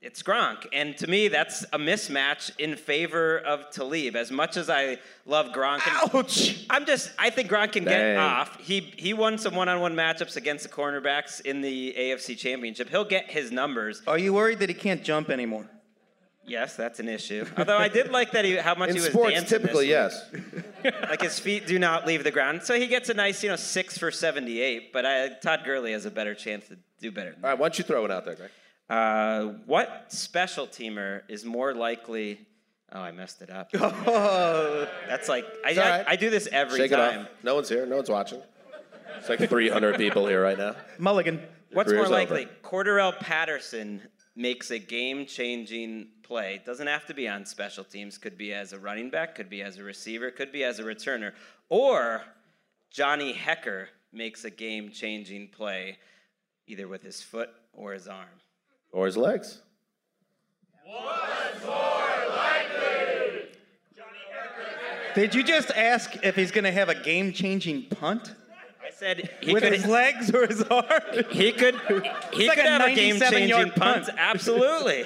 Speaker 5: It's Gronk. And to me, that's a mismatch in favor of Talib. As much as I love Gronk. and- I'm just, I think Gronk can get
Speaker 3: Dang.
Speaker 5: off. He he won some one on one matchups against the cornerbacks in the AFC Championship. He'll get his numbers.
Speaker 6: Are you worried that he can't jump anymore?
Speaker 5: Yes, that's an issue. Although I did like that he, how much
Speaker 3: In
Speaker 5: he was
Speaker 3: sports,
Speaker 5: dancing this
Speaker 3: typically,
Speaker 5: week.
Speaker 3: yes.
Speaker 5: Like his feet do not leave the ground. So he gets a nice, you know, six for 78. But I, Todd Gurley has a better chance to do better than
Speaker 3: All right, why don't you throw it out there, Greg?
Speaker 5: Uh, what special teamer is more likely? Oh, I messed it up. That's like I,
Speaker 3: Oh. all right.
Speaker 5: I, I do this every
Speaker 3: Shake
Speaker 5: time.
Speaker 3: it off. No one's here. No one's watching. It's like 300 people here right now.
Speaker 6: Mulligan.
Speaker 5: What's more
Speaker 3: career's
Speaker 5: likely?
Speaker 3: over.
Speaker 5: Corderell Patterson makes a game-changing play. It Doesn't have to be on special teams. Could be as a running back. Could be as a receiver. Could be as a returner. Or Johnny Hecker makes a game-changing play, either with his foot or his arm.
Speaker 3: Or his legs.
Speaker 6: Did you just ask if he's going to have a game-changing punt
Speaker 5: I said he
Speaker 6: with
Speaker 5: could.
Speaker 6: his legs or his arm?
Speaker 5: He could. He
Speaker 6: like
Speaker 5: could
Speaker 6: a
Speaker 5: have a
Speaker 6: 97
Speaker 5: game changing
Speaker 6: yard
Speaker 5: punt.
Speaker 6: punt.
Speaker 5: Absolutely.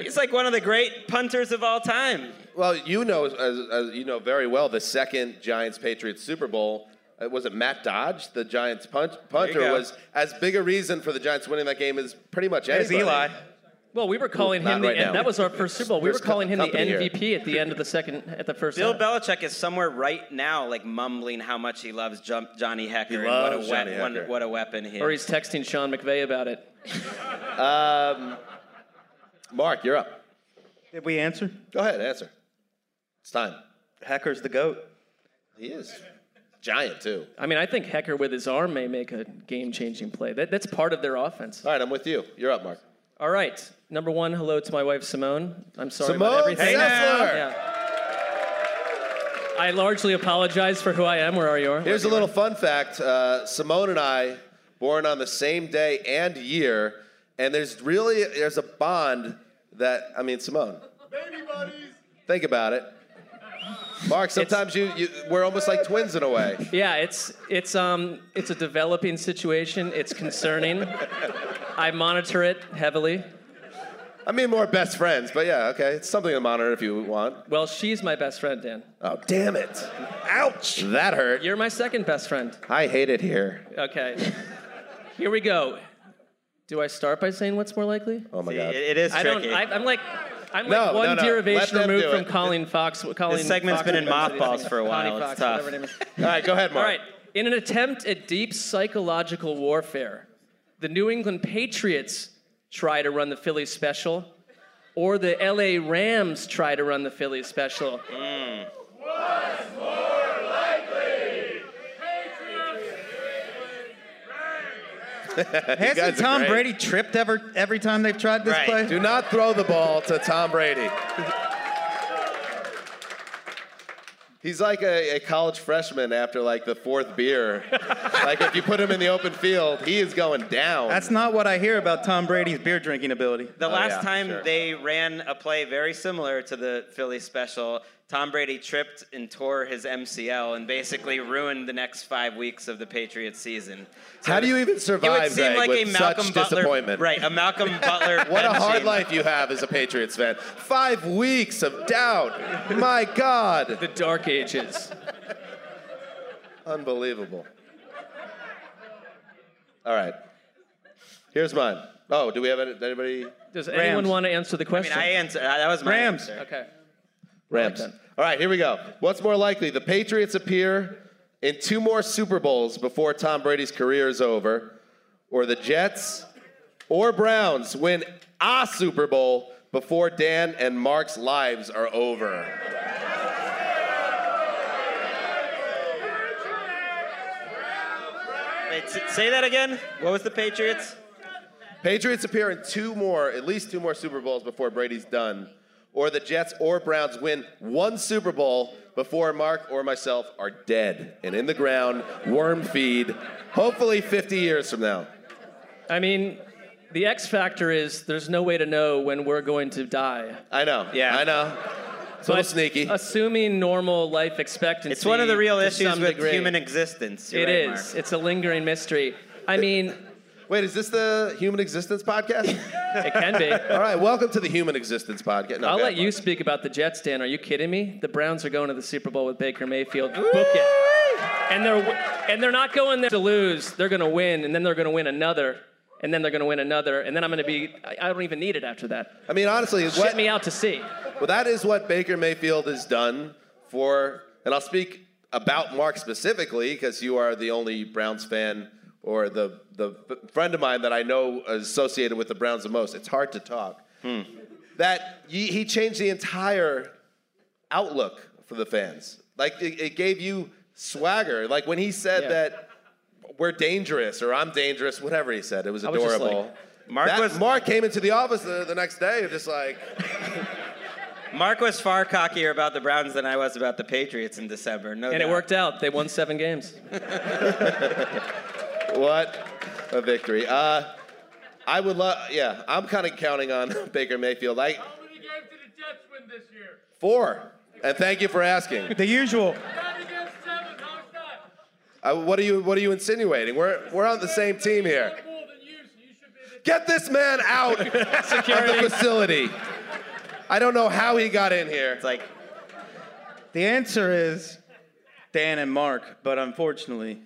Speaker 5: He's like one of the great punters of all time.
Speaker 3: Well, you know, as, as you know very well, the second Giants Patriots Super Bowl uh, was it Matt Dodge, the Giants punt, punter,
Speaker 5: go.
Speaker 3: was as big a reason for the Giants winning that game as pretty much
Speaker 6: As
Speaker 3: anybody.
Speaker 6: Eli.
Speaker 4: Well, we were calling
Speaker 3: Not
Speaker 4: him the
Speaker 3: right now.
Speaker 4: that was our first Super Bowl. We were
Speaker 3: There's co-
Speaker 4: calling him the
Speaker 3: company here.
Speaker 4: MVP at the end of the second at the first
Speaker 5: Bill
Speaker 4: half.
Speaker 5: Belichick is somewhere right now, like mumbling how much he loves Jump Johnny Hecker. and
Speaker 3: loves
Speaker 5: what a
Speaker 3: Johnny
Speaker 5: wet, one-
Speaker 3: Hecker.
Speaker 5: What a weapon he
Speaker 4: Or
Speaker 5: is.
Speaker 4: he's texting Sean McVay about it.
Speaker 3: Mark, you're up.
Speaker 6: Did we answer?
Speaker 3: Go ahead, answer. It's time.
Speaker 6: Hacker's the goat.
Speaker 3: He is giant too.
Speaker 4: I mean, I think Hecker with his arm may make a game-changing play. That, that's part of their offense.
Speaker 3: All right, I'm with you. You're up, Mark.
Speaker 4: All right. Number one, hello to my wife Simone. I'm sorry about
Speaker 3: Simone
Speaker 4: everything.
Speaker 3: Sessler.
Speaker 4: Yeah. I largely apologize for who I am. Where are you? are.
Speaker 3: Here's a little fun fact. Uh, Simone and I, born on the same day and year, and there's really there's a bond that I mean, Simone. Baby buddies. Think about it, Mark. Sometimes you, you we're almost like twins in a way.
Speaker 4: Yeah, it's it's um it's a developing situation. It's concerning. I monitor it heavily.
Speaker 3: I mean, more best friends, but yeah, okay, it's something to monitor if you want.
Speaker 4: Well, she's my best friend, Dan.
Speaker 3: Oh, damn it! Ouch! That hurt.
Speaker 4: You're my second best friend.
Speaker 3: I hate it here.
Speaker 4: Okay. Here we go. Do I start by saying what's more likely?
Speaker 3: Oh my
Speaker 5: It-
Speaker 3: god.
Speaker 5: it is
Speaker 4: I don't.
Speaker 5: tricky.
Speaker 4: I, I'm like. I'm
Speaker 3: No,
Speaker 4: like one
Speaker 3: no, no. Let
Speaker 4: derivation
Speaker 3: them
Speaker 4: removed
Speaker 3: do
Speaker 4: from
Speaker 3: it.
Speaker 4: Colleen Fox. Colleen
Speaker 5: segment's
Speaker 4: Fox
Speaker 5: been in
Speaker 4: Fox-
Speaker 5: mothballs for a
Speaker 4: Connie
Speaker 5: while. It's
Speaker 4: Fox,
Speaker 5: tough.
Speaker 4: whatever her name
Speaker 3: All
Speaker 4: is.
Speaker 3: right, go ahead,
Speaker 4: All
Speaker 3: Mark.
Speaker 4: right. In an attempt at deep psychological warfare, the New England Patriots try to run the Philly special, or the LA Rams try to run the Philly special.
Speaker 3: guys
Speaker 6: Hasn't
Speaker 3: are
Speaker 6: Tom
Speaker 3: great.
Speaker 6: Brady tripped ever every time they've tried this
Speaker 5: Right.
Speaker 6: play?
Speaker 3: Do not throw the ball to Tom Brady. He's like a, a college freshman after like the fourth beer. like if you put him in the open field, he is going down.
Speaker 6: That's not what I hear about Tom Brady's beer drinking ability.
Speaker 5: The
Speaker 3: Oh,
Speaker 5: last
Speaker 3: yeah,
Speaker 5: time
Speaker 3: sure.
Speaker 5: they ran a play very similar to the Philly special, Tom Brady tripped and tore his MCL and basically ruined the next five weeks of the Patriots season.
Speaker 3: How do you even
Speaker 5: It
Speaker 3: survive
Speaker 5: would seem
Speaker 3: Zach,
Speaker 5: like a
Speaker 3: with
Speaker 5: Malcolm
Speaker 3: such
Speaker 5: Butler,
Speaker 3: disappointment?
Speaker 5: right? A Malcolm Butler.
Speaker 3: What a hard
Speaker 5: benching.
Speaker 3: life you have as a Patriots fan. Five weeks of doubt. My God.
Speaker 4: The Dark Ages.
Speaker 3: Unbelievable. All right. Here's mine. Oh, do we have any- anybody?
Speaker 4: Does anyone
Speaker 6: Rams.
Speaker 4: want to answer the
Speaker 5: I mean,
Speaker 4: question?
Speaker 5: I answer. That was my
Speaker 6: Rams.
Speaker 5: answer.
Speaker 4: okay.
Speaker 3: Rams.
Speaker 4: that.
Speaker 3: All right, here we go. What's more likely? The Patriots appear in two more Super Bowls before Tom Brady's career is over, or the Jets or Browns win a Super Bowl before Dan and Mark's lives are over.
Speaker 5: Wait, s- say that again. What was the Patriots?
Speaker 3: Patriots appear in two more, at least two more Super Bowls before Brady's done, or the Jets or Browns win one Super Bowl before Mark or myself are dead and in the ground, worm feed, hopefully 50 years from now.
Speaker 4: I mean, the X factor is there's no way to know when we're going to die.
Speaker 3: I know.
Speaker 5: Yeah.
Speaker 3: I know. It's a little
Speaker 4: But uh,
Speaker 3: sneaky.
Speaker 4: Assuming normal life expectancy.
Speaker 5: It's one of the real
Speaker 4: to
Speaker 5: issues
Speaker 4: some
Speaker 5: with
Speaker 4: degree.
Speaker 5: human existence. You're
Speaker 4: It
Speaker 5: right,
Speaker 4: is.
Speaker 5: Mark.
Speaker 4: It's a lingering mystery. I mean,
Speaker 3: Wait, is this the Human Existence Podcast?
Speaker 4: it can be.
Speaker 3: All right, welcome to the Human Existence Podcast. No,
Speaker 4: I'll
Speaker 3: bad
Speaker 4: let you
Speaker 3: luck.
Speaker 4: speak about the Jets, Dan. Are you kidding me? The Browns are going to the Super Bowl with Baker Mayfield. Book it. And they're and they're not going there to lose. They're going to win, and then they're going to win another, and then they're going to win another, and then I'm going to be. I, I don't even need it after that.
Speaker 3: I mean, honestly,
Speaker 4: Ship
Speaker 3: what,
Speaker 4: me out to sea.
Speaker 3: Well, that is what Baker Mayfield has done for, and I'll speak about Mark specifically because you are the only Browns fan or the the f- friend of mine that I know is associated with the Browns the most. It's hard to talk.
Speaker 4: Hmm.
Speaker 3: That he, he changed the entire outlook for the fans. Like it, it gave you swagger. Like when he said
Speaker 4: Yeah.
Speaker 3: that we're dangerous or I'm dangerous, whatever he said, it was
Speaker 4: was
Speaker 3: adorable.
Speaker 4: just like-
Speaker 5: Mark
Speaker 3: That-
Speaker 5: was-
Speaker 3: Mark came into the office the, the next day and just like.
Speaker 5: Mark was far cockier about the Browns than I was about the Patriots in December. No
Speaker 4: And it worked out. They won seven games.
Speaker 3: What a victory. Uh, I would love, yeah, I'm kind of counting on Baker Mayfield. Like,
Speaker 8: How many games did the Jets win this year?
Speaker 3: four. And thank you for asking.
Speaker 6: The usual.
Speaker 8: Not against seven. How's that?
Speaker 3: Uh, what, are you, what are you insinuating? We're, we're on the same team here.
Speaker 8: More than you, so you should be the
Speaker 3: Get this man out of the
Speaker 4: Security.
Speaker 3: facility. I don't know how he got in here.
Speaker 5: It's like
Speaker 6: The answer is Dan and Mark, but unfortunately,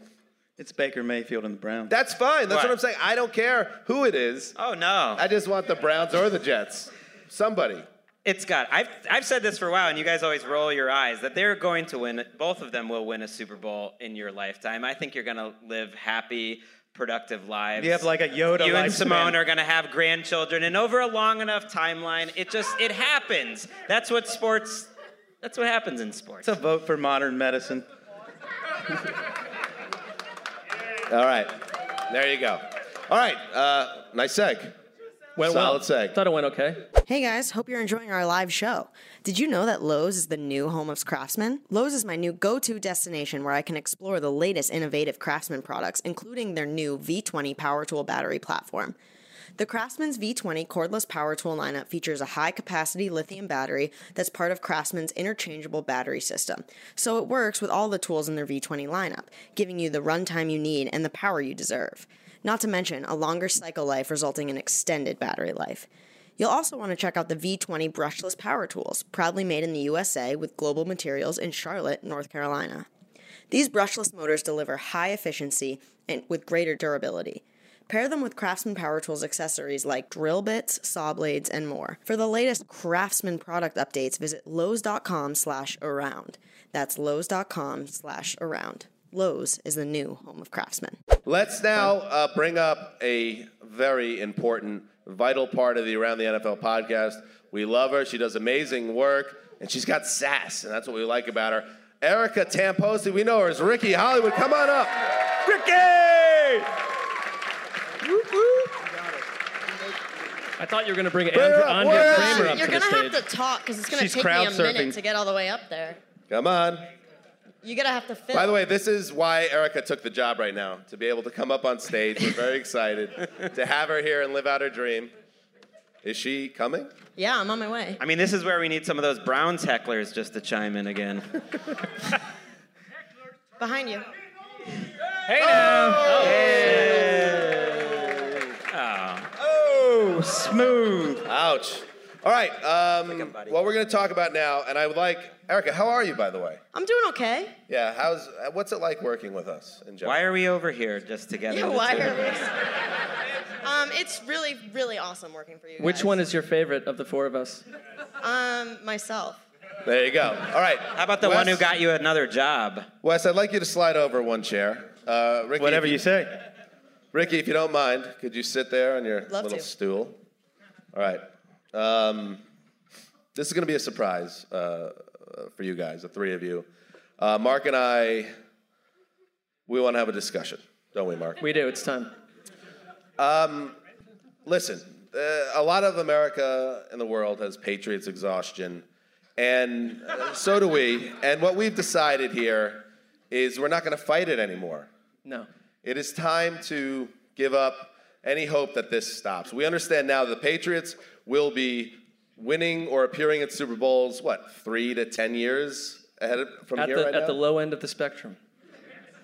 Speaker 6: it's Baker Mayfield and the Browns.
Speaker 3: That's fine. That's
Speaker 5: Right.
Speaker 3: what I'm saying. I don't care who it is.
Speaker 5: Oh no!
Speaker 3: I just want the Browns or the Jets. Somebody.
Speaker 5: It's got. I've I've said this for a while, and you guys always roll your eyes that they're going to win. Both of them will win a Super Bowl in your lifetime. I think you're going to live happy, productive lives.
Speaker 6: You have like a Yoda.
Speaker 5: you and
Speaker 6: lifespan.
Speaker 5: Simone are going to have grandchildren, and over a long enough timeline, it just it happens. That's what sports. That's what happens in sports.
Speaker 6: It's a vote for modern medicine.
Speaker 3: All right. There you go. All right. Uh, nice seg.
Speaker 4: Went
Speaker 3: Solid
Speaker 4: well.
Speaker 3: seg.
Speaker 4: Thought it went okay.
Speaker 1: Hey guys, hope you're enjoying our live show. Did you know that Lowe's is the new home of craftsmen? Lowe's is my new go to destination where I can explore the latest innovative craftsman products, including their new V20 power tool battery platform. The Craftsman's V20 cordless power tool lineup features a high capacity lithium battery that's part of Craftsman's interchangeable battery system. So it works with all the tools in their V20 lineup, giving you the runtime you need and the power you deserve. Not to mention a longer cycle life resulting in extended battery life. You'll also want to check out the V20 brushless power tools, proudly made in the USA with global materials in Charlotte, North Carolina. These brushless motors deliver high efficiency and with greater durability. Pair them with Craftsman Power Tools accessories like drill bits, saw blades, and more. For the latest Craftsman product updates, visit lowes.com slash around. That's lowes.com slash around. Lowe's is the new home of Craftsman.
Speaker 3: Let's now uh, bring up a very important, vital part of the Around the NFL podcast. We love her. She does amazing work, and she's got sass, and that's what we like about her. Erica Tamposi, we know her as Ricky Hollywood. Come on up. Ricky! Whoop, whoop.
Speaker 4: I thought you were going to bring
Speaker 3: her
Speaker 4: Andrew,
Speaker 3: up,
Speaker 4: Andrea
Speaker 3: where is
Speaker 4: Kramer
Speaker 3: she?
Speaker 4: up
Speaker 9: You're
Speaker 4: to the
Speaker 9: gonna
Speaker 4: stage.
Speaker 9: have to talk because it's gonna
Speaker 6: She's
Speaker 9: take me a
Speaker 6: crowd surfing.
Speaker 9: minute to get all the way up there.
Speaker 3: Come on.
Speaker 9: You're gonna have to fill.
Speaker 3: By the way, this is why Erica took the job right now to be able to come up on stage. We're very excited to have her here and live out her dream. Is she coming?
Speaker 9: yeah, I'm on my way.
Speaker 5: I mean, this is where we need some of those Browns hecklers just to chime in again.
Speaker 9: Behind you.
Speaker 4: Hey now.
Speaker 6: Oh, smooth.
Speaker 3: Ouch. All right. Um,
Speaker 5: buddy.
Speaker 3: what we're going to talk about now, and I would like Erica. How are you, by the way?
Speaker 9: I'm doing okay.
Speaker 3: Yeah. How's uh, what's it like working with us in general?
Speaker 5: Why are we over here just together?
Speaker 9: Yeah,
Speaker 5: the
Speaker 9: why
Speaker 5: two of
Speaker 9: are
Speaker 5: us?
Speaker 9: we? Um, it's really, really awesome working for you.
Speaker 4: Which
Speaker 9: guys.
Speaker 4: one is your favorite of the four of us?
Speaker 9: Um, myself.
Speaker 3: there you go. All right.
Speaker 5: How about the one who got you another job?
Speaker 3: Wes, I'd like you to slide over one chair. Uh, Ricky,
Speaker 6: Whatever
Speaker 3: if
Speaker 6: you say.
Speaker 3: Ricky, if you don't mind, could you sit there on your
Speaker 9: Love
Speaker 3: little
Speaker 9: to.
Speaker 3: stool? All right. Um, this is going to be a surprise uh, uh, for you guys, the three of you. Uh, Mark and I, we want to have a discussion, don't we, Mark?
Speaker 4: We do. It's time.
Speaker 3: Um, listen, uh, a lot of America and the world has Patriots exhaustion, and uh, so do we. And what we've decided here is we're not going to fight it anymore.
Speaker 4: No.
Speaker 3: It is time to give up any hope that this stops. We understand now the Patriots will be winning or appearing at Super Bowls, what, three to 10 years ahead of, from
Speaker 4: at
Speaker 3: here
Speaker 4: the,
Speaker 3: right
Speaker 4: at
Speaker 3: now?
Speaker 4: the low end of the spectrum.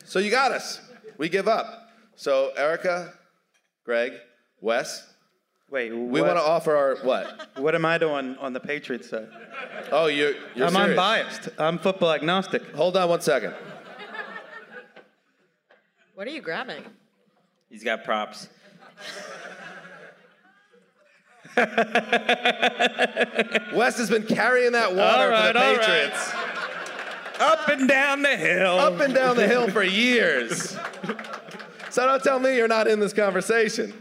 Speaker 3: So you got us. We give up. So Erica, Greg, Wes.
Speaker 6: Wait,
Speaker 3: we want to offer our what?
Speaker 6: What am I doing on the Patriots side?
Speaker 3: Oh, you're, you're
Speaker 6: I'm
Speaker 3: serious.
Speaker 6: unbiased. I'm football agnostic.
Speaker 3: Hold on one second.
Speaker 9: What are you grabbing?
Speaker 5: He's got props.
Speaker 3: Wes has been carrying that water
Speaker 5: All
Speaker 3: for
Speaker 5: right,
Speaker 3: the
Speaker 5: all right.
Speaker 3: Patriots
Speaker 6: up and down the hill.
Speaker 3: Up and down the hill for years. so don't tell me you're not in this conversation.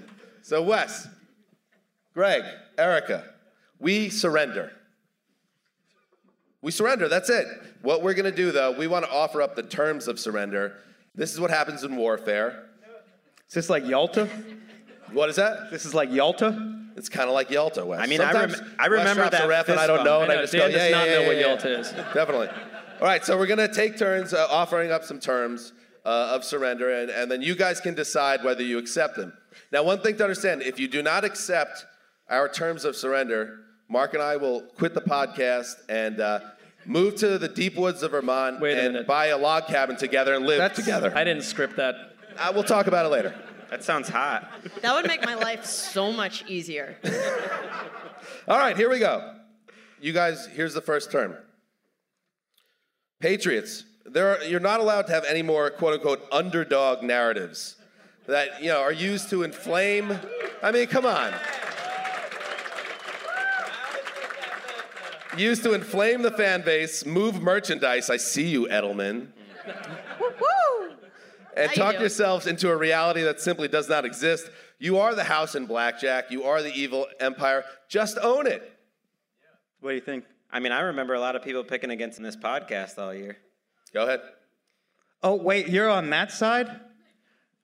Speaker 3: So Wes, Greg, Erica, we surrender. We surrender. That's it. What we're going to do though, we want to offer up the terms of surrender. This is what happens in warfare.
Speaker 6: Is this like Yalta?
Speaker 3: What is that?
Speaker 6: This is like Yalta?
Speaker 3: It's kind of like Yalta, Wes.
Speaker 6: I mean, I
Speaker 3: Sometimes
Speaker 6: rem- I
Speaker 3: Wes
Speaker 6: remember
Speaker 3: drops a
Speaker 6: that
Speaker 3: ref and I
Speaker 6: fist
Speaker 3: don't
Speaker 6: bump.
Speaker 3: know,
Speaker 6: I
Speaker 3: and I,
Speaker 6: know,
Speaker 3: just
Speaker 6: Dan
Speaker 3: go,
Speaker 6: does
Speaker 3: yeah,
Speaker 6: not
Speaker 3: yeah,
Speaker 6: know
Speaker 3: yeah,
Speaker 6: what
Speaker 3: yeah,
Speaker 6: Yalta
Speaker 3: yeah.
Speaker 6: is.
Speaker 3: Definitely. All right, so we're gonna take turns uh, offering up some terms uh, of surrender, and, and then you guys can decide whether you accept them. Now, one thing to understand: if you do not accept our terms of surrender, Mark and I will quit the podcast and. Uh, Move to the deep woods of Vermont
Speaker 4: Wait a
Speaker 3: and
Speaker 4: minute.
Speaker 3: buy a log cabin together and live together.
Speaker 4: I didn't script that.
Speaker 3: Uh, we'll talk about it later.
Speaker 5: That sounds hot.
Speaker 9: That would make my life so much easier.
Speaker 3: All right, here we go. You guys, here's the first term. Patriots. There, are, you're not allowed to have any more "quote unquote" underdog narratives that you know are used to inflame. I mean, come on. Used to inflame the fan base, move merchandise. I see you, Edelman.
Speaker 9: Woo!
Speaker 3: and
Speaker 9: How you
Speaker 3: talk
Speaker 9: doing?
Speaker 3: yourselves into a reality that simply does not exist. You are the house in blackjack. You are the evil empire. Just own it.
Speaker 6: What do you think?
Speaker 5: I mean, I remember a lot of people picking against this podcast all year.
Speaker 3: Go ahead.
Speaker 6: Oh, wait, you're on that side?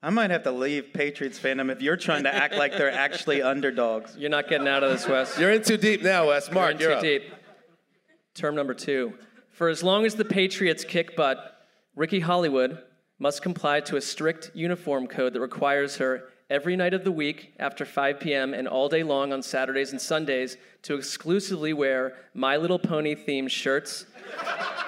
Speaker 6: I might have to leave Patriots fandom if you're trying to act like they're actually underdogs.
Speaker 4: You're not getting out of this, Wes.
Speaker 3: You're in too deep now, Wes. Mark,
Speaker 4: in
Speaker 3: you're
Speaker 4: too
Speaker 3: up.
Speaker 4: deep. Term number two. For as long as the Patriots kick butt, Ricky Hollywood must comply to a strict uniform code that requires her every night of the week after 5 p.m. and all day long on Saturdays and Sundays to exclusively wear My Little Pony themed shirts,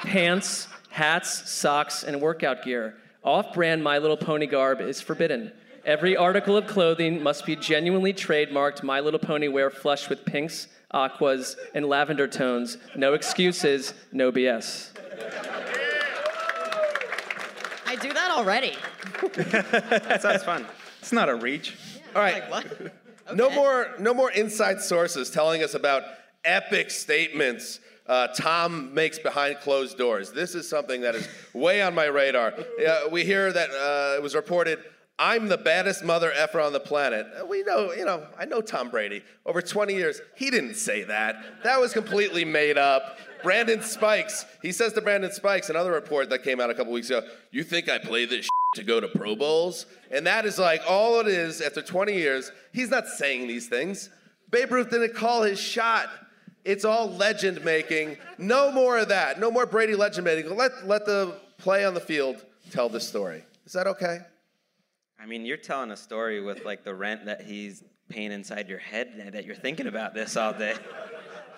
Speaker 4: pants, hats, socks, and workout gear. Off brand My Little Pony garb is forbidden. Every article of clothing must be genuinely trademarked My Little Pony wear flush with pinks, aquas, and lavender tones. No excuses, no BS.
Speaker 9: I do that already.
Speaker 6: that
Speaker 5: sounds fun.
Speaker 6: It's not a reach.
Speaker 3: All right. No more, no more inside sources telling us about epic statements uh, Tom makes behind closed doors. This is something that is way on my radar. Uh, we hear that uh, it was reported. I'm the baddest mother effer on the planet. Uh, We know, you know, I know Tom Brady. Over 20 years, he didn't say that. That was completely made up. Brandon Spikes, he says to Brandon Spikes, another report that came out a couple weeks ago, you think I play this to go to Pro Bowls? And that is like all it is after 20 years. He's not saying these things. Babe Ruth didn't call his shot. It's all legend making. No more of that. No more Brady legend making. Let, let the play on the field tell the story. Is that okay?
Speaker 5: I mean, you're telling a story with like the rent that he's paying inside your head that you're thinking about this all day.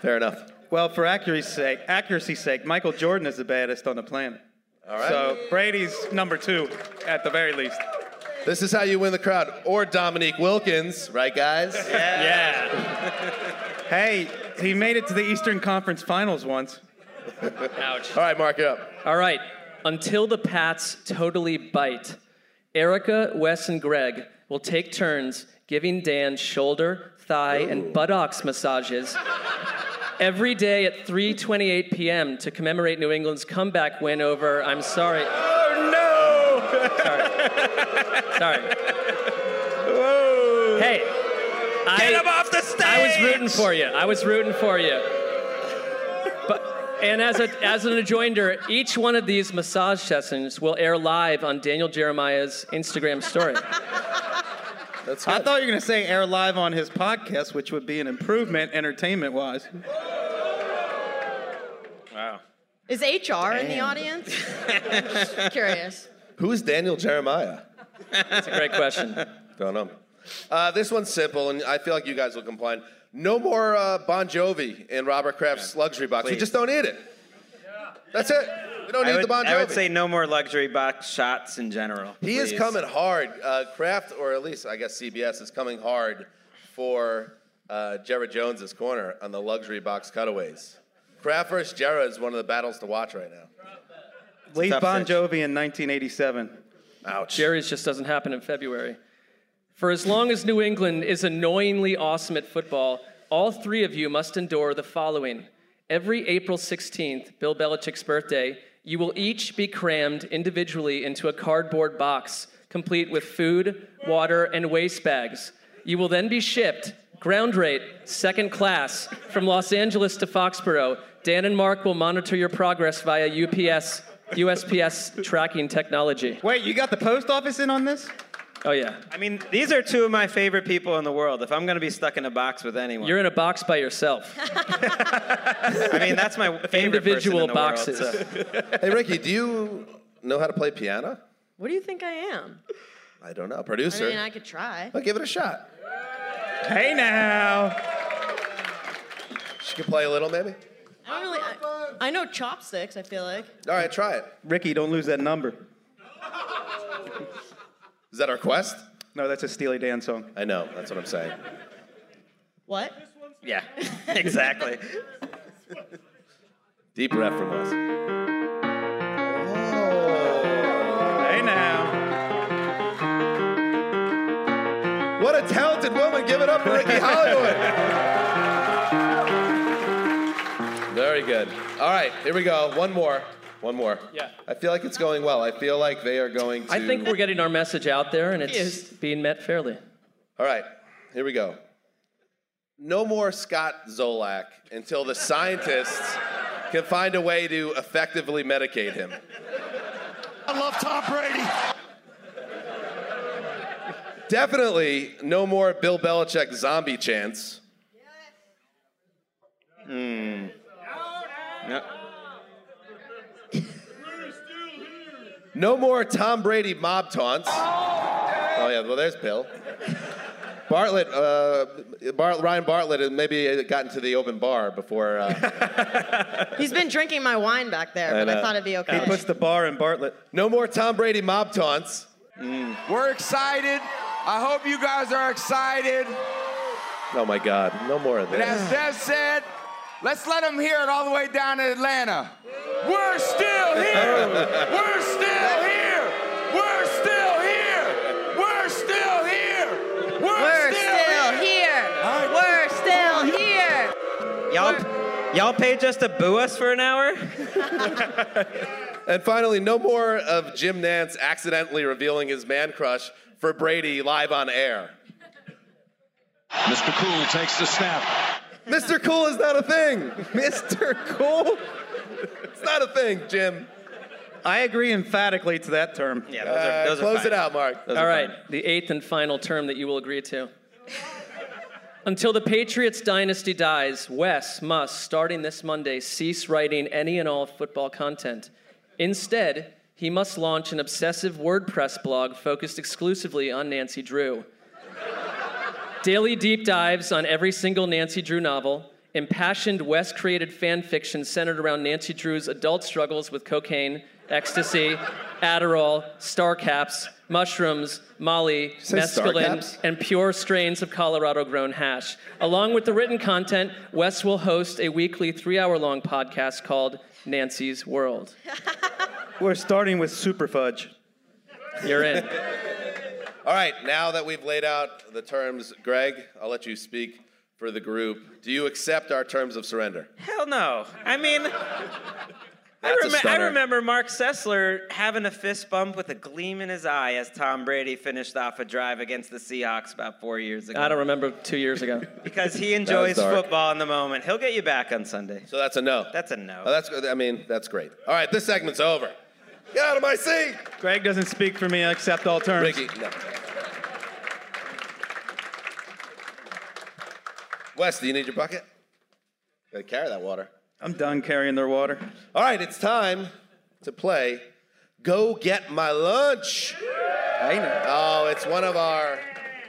Speaker 3: Fair enough.
Speaker 6: Well, for accuracy's sake, accuracy's sake, Michael Jordan is the baddest on the planet.
Speaker 3: All right.
Speaker 6: So Brady's number two, at the very least.
Speaker 3: This is how you win the crowd. Or Dominique Wilkins, right, guys?
Speaker 6: Hey, he made it to the Eastern Conference Finals once.
Speaker 4: Ouch.
Speaker 3: All right, Mark, you're up.
Speaker 4: All right. Until the Pats totally bite, Erica, Wes, and Greg will take turns giving Dan shoulder, thigh, and buttocks massages every day at 3:28 p.m. to commemorate New England's comeback win over. I'm sorry.
Speaker 6: Oh
Speaker 4: Sorry. sorry.
Speaker 6: no!
Speaker 4: Hey, I-
Speaker 5: Get him off the stage.
Speaker 4: I was rooting for you. I was rooting for you. But and as a as an adjoinder, each one of these massage sessions will air live on Daniel Jeremiah's Instagram story.
Speaker 6: I thought you were going to say air live on his podcast, which would be an improvement entertainment wise.
Speaker 5: Wow.
Speaker 9: Is HR in the audience? Just curious.
Speaker 3: Who is Daniel Jeremiah?
Speaker 4: That's a great question.
Speaker 3: Don't know. Uh, this one's simple, and I feel like you guys will complain. No more uh, Bon Jovi in Robert Kraft's luxury box. We
Speaker 5: please.
Speaker 3: just don't need it. That's it. We don't
Speaker 5: I
Speaker 3: need
Speaker 5: would,
Speaker 3: the Bon Jovi.
Speaker 5: I would say no more luxury box shots in general.
Speaker 3: He is
Speaker 5: please.
Speaker 3: coming hard. Uh, Kraft, or at least I guess CBS, is coming hard for uh, Jared Jones's corner on the luxury box cutaways. Kraft versus Jared is one of the battles to watch right now.
Speaker 6: Leave
Speaker 3: tough
Speaker 6: Bon
Speaker 3: pitch.
Speaker 6: Jovi in 1987.
Speaker 3: Ouch.
Speaker 4: Jerry's just doesn't happen in February. For as long as New England is annoyingly awesome at football, all three of you must endure the following. Every April 16th, Bill Belichick's birthday, you will each be crammed individually into a cardboard box, complete with food, water, and waste bags. You will then be shipped, ground rate, second class, from Los Angeles to Foxborough. Dan and Mark will monitor your progress via UPS, USPS tracking technology.
Speaker 6: Wait, you got the post office in on this?
Speaker 4: Oh, yeah.
Speaker 5: I mean, these are two of my favorite people in the world. If I'm going to be stuck in a box with anyone,
Speaker 4: You're in a box by yourself.
Speaker 5: I mean, that's my favorite person
Speaker 4: Individual
Speaker 5: in the
Speaker 4: boxes.
Speaker 5: World, so.
Speaker 3: hey, Ricky, do you know how to play piano?
Speaker 9: What do you think I am?
Speaker 3: I don't know.
Speaker 9: I
Speaker 3: Producer.
Speaker 9: mean, I could try.
Speaker 3: Well, give it a shot.
Speaker 6: Hey now.
Speaker 3: She can play a little, maybe?
Speaker 9: I don't really. I, I know chopsticks. I feel like.
Speaker 3: All right, try it.
Speaker 6: Ricky, don't lose that number.
Speaker 3: Is that our quest?
Speaker 6: No, that's a Steely Dan song.
Speaker 3: I know. That's what I'm saying.
Speaker 9: What?
Speaker 5: Yeah, exactly.
Speaker 3: Deep breath from us. Oh,
Speaker 6: Hey now.
Speaker 3: What a talented woman. Give it up for Ricky Hollywood. Very good. All right, here we go. One more. One more.
Speaker 4: Yeah.
Speaker 3: I feel like it's going well. I feel like they are going to.
Speaker 4: I think we're getting our message out there and it's
Speaker 9: Yes.
Speaker 4: being met fairly.
Speaker 3: All right, here we go. No more Scott Zolak until the scientists can find a way to effectively medicate him.
Speaker 2: I love Tom Brady.
Speaker 3: Definitely no more Bill Belichick zombie chants.
Speaker 5: No.
Speaker 3: No more Tom Brady mob taunts. Oh, yeah, well, there's Bill. Bartlett, uh, Bart, Ryan Bartlett had maybe got into the open bar before. Uh,
Speaker 9: He's been drinking my wine back there,
Speaker 3: I
Speaker 9: but I,
Speaker 3: know.
Speaker 9: thought it'd be okay.
Speaker 6: He puts the bar in Bartlett.
Speaker 3: no more Tom Brady mob taunts.
Speaker 2: Mm. We're excited. I hope you guys are excited.
Speaker 3: Oh my God, no more of
Speaker 2: But as
Speaker 3: this.
Speaker 2: Dev said, let's let them hear it all the way down in Atlanta. We're still here. We're still here. We're still here. We're still here. We're,
Speaker 9: We're
Speaker 2: still,
Speaker 9: still
Speaker 2: here.
Speaker 9: here. We're still here.
Speaker 5: Y'all, y'all paid just to boo us for an hour?
Speaker 3: And finally, no more of Jim Nance accidentally revealing his man crush for Brady live on air.
Speaker 2: Mr. Cool takes the snap.
Speaker 3: Mr. Cool is not a thing. Mr. Cool? It's not a thing, Jim.
Speaker 6: I agree emphatically to that term.
Speaker 5: Yeah,
Speaker 3: Uh,
Speaker 5: those are, those are
Speaker 3: close
Speaker 5: fine.
Speaker 3: it out, Mark.
Speaker 4: All right, the eighth and final term that you will agree to. Until the Patriots dynasty dies, Wes must, starting this Monday, cease writing any and all football content. Instead, he must launch an obsessive WordPress blog focused exclusively on Nancy Drew. Daily deep dives on every single Nancy Drew novel, impassioned Wes created fan fiction centered around Nancy Drew's adult struggles with cocaine, ecstasy, Adderall, star caps, mushrooms, Molly,
Speaker 3: say star
Speaker 4: mescaline,
Speaker 3: caps?
Speaker 4: and pure strains of Colorado grown hash. Along with the written content, Wes will host a weekly three hour long podcast called Nancy's World.
Speaker 6: We're starting with super fudge.
Speaker 4: You're in.
Speaker 3: All right, now that we've laid out the terms, Greg, I'll let you speak for the group. Do you accept our terms of surrender?
Speaker 5: Hell no. I mean, I,
Speaker 3: That's a
Speaker 5: remem- I
Speaker 3: stunner.
Speaker 5: remember Mark Sessler having a fist bump with a gleam in his eye as Tom Brady finished off a drive against the Seahawks about four years ago.
Speaker 4: I don't remember two years ago.
Speaker 5: Because he
Speaker 3: was
Speaker 5: enjoys
Speaker 3: dark.
Speaker 5: football in the moment. He'll get you back on Sunday.
Speaker 3: So that's a no.
Speaker 5: That's a no.
Speaker 3: Oh, that's good. I mean, that's great. All right, this segment's over. Get out of my seat.
Speaker 6: Greg doesn't speak for me. I accept all terms.
Speaker 3: Ricky, no. Wes, do you need your bucket? Gotta carry that water.
Speaker 6: I'm done carrying their water.
Speaker 3: All right, it's time to play Go Get My Lunch.
Speaker 6: I know.
Speaker 3: Oh, it's one of our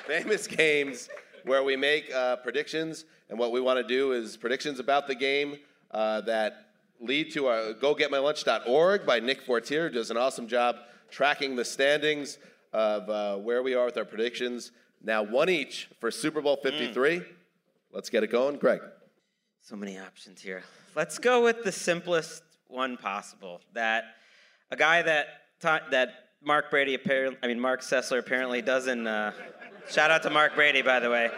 Speaker 3: famous games where we make uh, predictions, and what we want to do is predictions about the game uh, that lead to our gogetmylunch.org by Nick Fortier, who does an awesome job tracking the standings of uh, where we are with our predictions. Now, one each for Super Bowl 53. Let's get it going, Greg.
Speaker 5: So many options here. Let's go with the simplest one possible. That a guy that ta- that Mark Brady apparently, I mean Mark Sessler apparently doesn't. Uh, shout out to Mark Brady, by the way.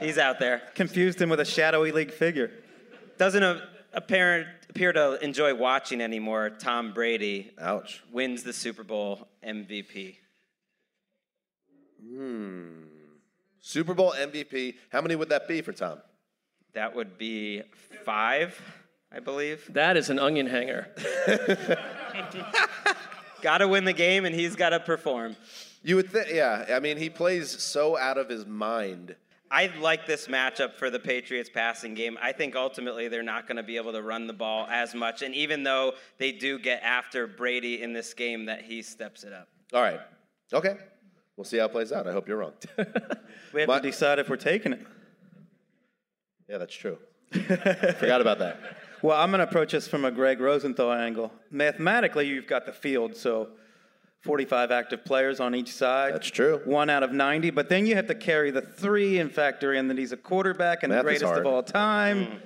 Speaker 5: He's out there.
Speaker 6: Confused him with a shadowy league figure.
Speaker 5: Doesn't a, apparent, appear to enjoy watching anymore. Tom Brady uh,
Speaker 3: Ouch.
Speaker 5: wins the Super Bowl MVP.
Speaker 3: Super Bowl MVP. How many would that be for Tom?
Speaker 5: That would be five, I believe.
Speaker 4: That is an onion hanger.
Speaker 5: Got to win the game, and he's got to perform.
Speaker 3: You would think, yeah. I mean, he plays so out of his mind.
Speaker 5: I like this matchup for the Patriots passing game. I think ultimately they're not going to be able to run the ball as much. And even though they do get after Brady in this game, that he steps it up.
Speaker 3: All right. Okay. We'll see how it plays out. I hope you're wrong.
Speaker 6: We have
Speaker 3: My-
Speaker 6: to decide if we're taking it.
Speaker 3: yeah, that's true. Forgot about that.
Speaker 6: Well, I'm going to approach this from a Greg Rosenthal angle. Mathematically, you've got the field, so 45 active players on each side.
Speaker 3: That's true.
Speaker 6: One out of 90, but then you have to carry the three and factor in that he's a quarterback and
Speaker 3: Math
Speaker 6: the
Speaker 3: is
Speaker 6: greatest
Speaker 3: hard.
Speaker 6: of all time.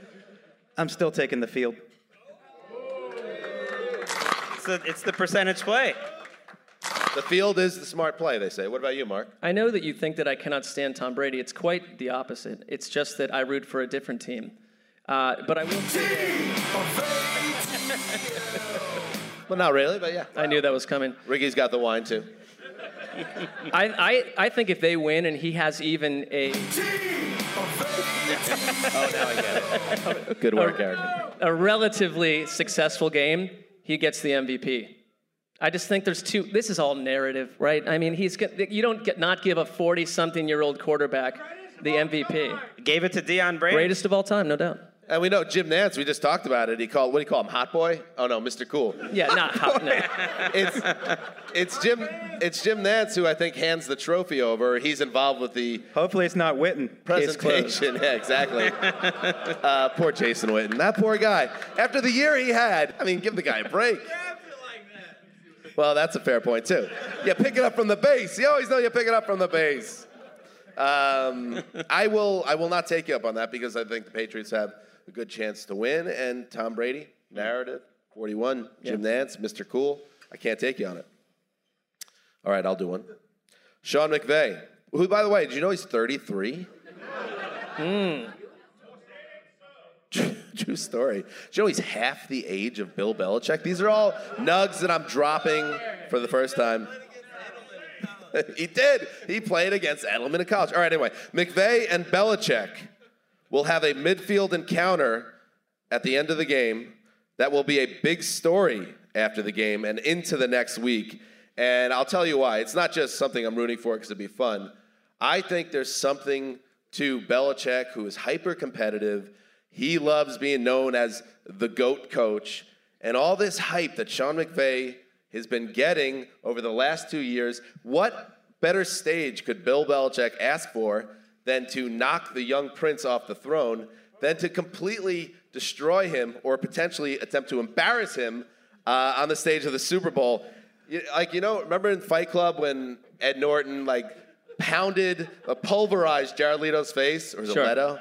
Speaker 6: I'm still taking the field.
Speaker 5: It's the, it's the percentage play.
Speaker 3: The field is the smart play, they say. What about you, Mark?
Speaker 4: I know that you think that I cannot stand Tom Brady. It's quite the opposite. It's just that I root for a different team. Uh, but I will.
Speaker 3: Well, not really, but yeah.
Speaker 4: I knew that was coming.
Speaker 3: Ricky's got the wine too.
Speaker 4: I, I, I think if they win and he has even a,
Speaker 6: Oh,
Speaker 3: Good work, Eric.
Speaker 4: a relatively successful game, he gets the MVP. I just think there's two. This is all narrative, right? I mean, he's get- you don't get not give a 40 something year old quarterback the MVP,
Speaker 5: Gave it to Deion Brady.
Speaker 4: greatest of all time, no doubt.
Speaker 3: And we know Jim Nance. We just talked about it. He called. What do you call him? Hot boy? Oh no, Mr. Cool.
Speaker 4: Yeah, not hot. No.
Speaker 3: It's it's Jim. It's Jim Nance who I think hands the trophy over. He's involved with the
Speaker 6: Hopefully, it's not Witten. Case closed.
Speaker 3: presentation. Yeah, exactly. uh, poor Jason Witten. That poor guy. After the year he had, I mean, give the guy a break. Well, that's a fair point too. You pick it up from the base. You always know you pick it up from the base. Um, I will. I will not take you up on that because I think the Patriots have a good chance to win. And Tom Brady, narrative, forty-one. Jim Nance, Mr. Cool. I can't take you on it. All right, I'll do one. Sean McVay, who, by the way, did you know he's thirty-three? True story. Joey's half the age of Bill Belichick. These are all nugs that I'm dropping for the first time. he did. He played against Edelman in college. All right, anyway, McVay and Belichick will have a midfield encounter at the end of the game that will be a big story after the game and into the next week. And I'll tell you why. It's not just something I'm rooting for because it'd be fun. I think there's something to Belichick, who is hyper competitive. He loves being known as the GOAT coach. And all this hype that Sean McVay has been getting over the last two years, what better stage could Bill Belichick ask for than to knock the young prince off the throne, than to completely destroy him or potentially attempt to embarrass him uh, on the stage of the Super Bowl? You- Like, you know, remember in Fight Club when Ed Norton, like, pounded, uh, pulverized Jared Leto's face, or is it
Speaker 4: Sure.
Speaker 3: Leto?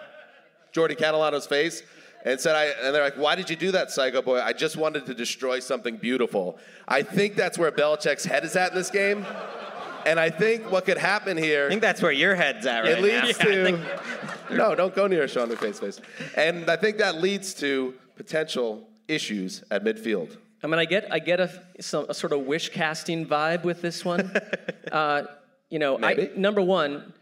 Speaker 3: Jordan Catalano's face and said, I, and they're like, why did you do that, psycho boy? I just wanted to destroy something beautiful. I think that's where Belichick's head is at in this game. And I think what could happen here.
Speaker 5: I think that's where your head's at right
Speaker 3: It leads
Speaker 5: now.
Speaker 3: to no, don't go near Sean McVay's face. And I think that leads to potential issues at midfield.
Speaker 4: I mean, I get I get a, some, a sort of wish casting vibe with this one. uh, you know, I, number one,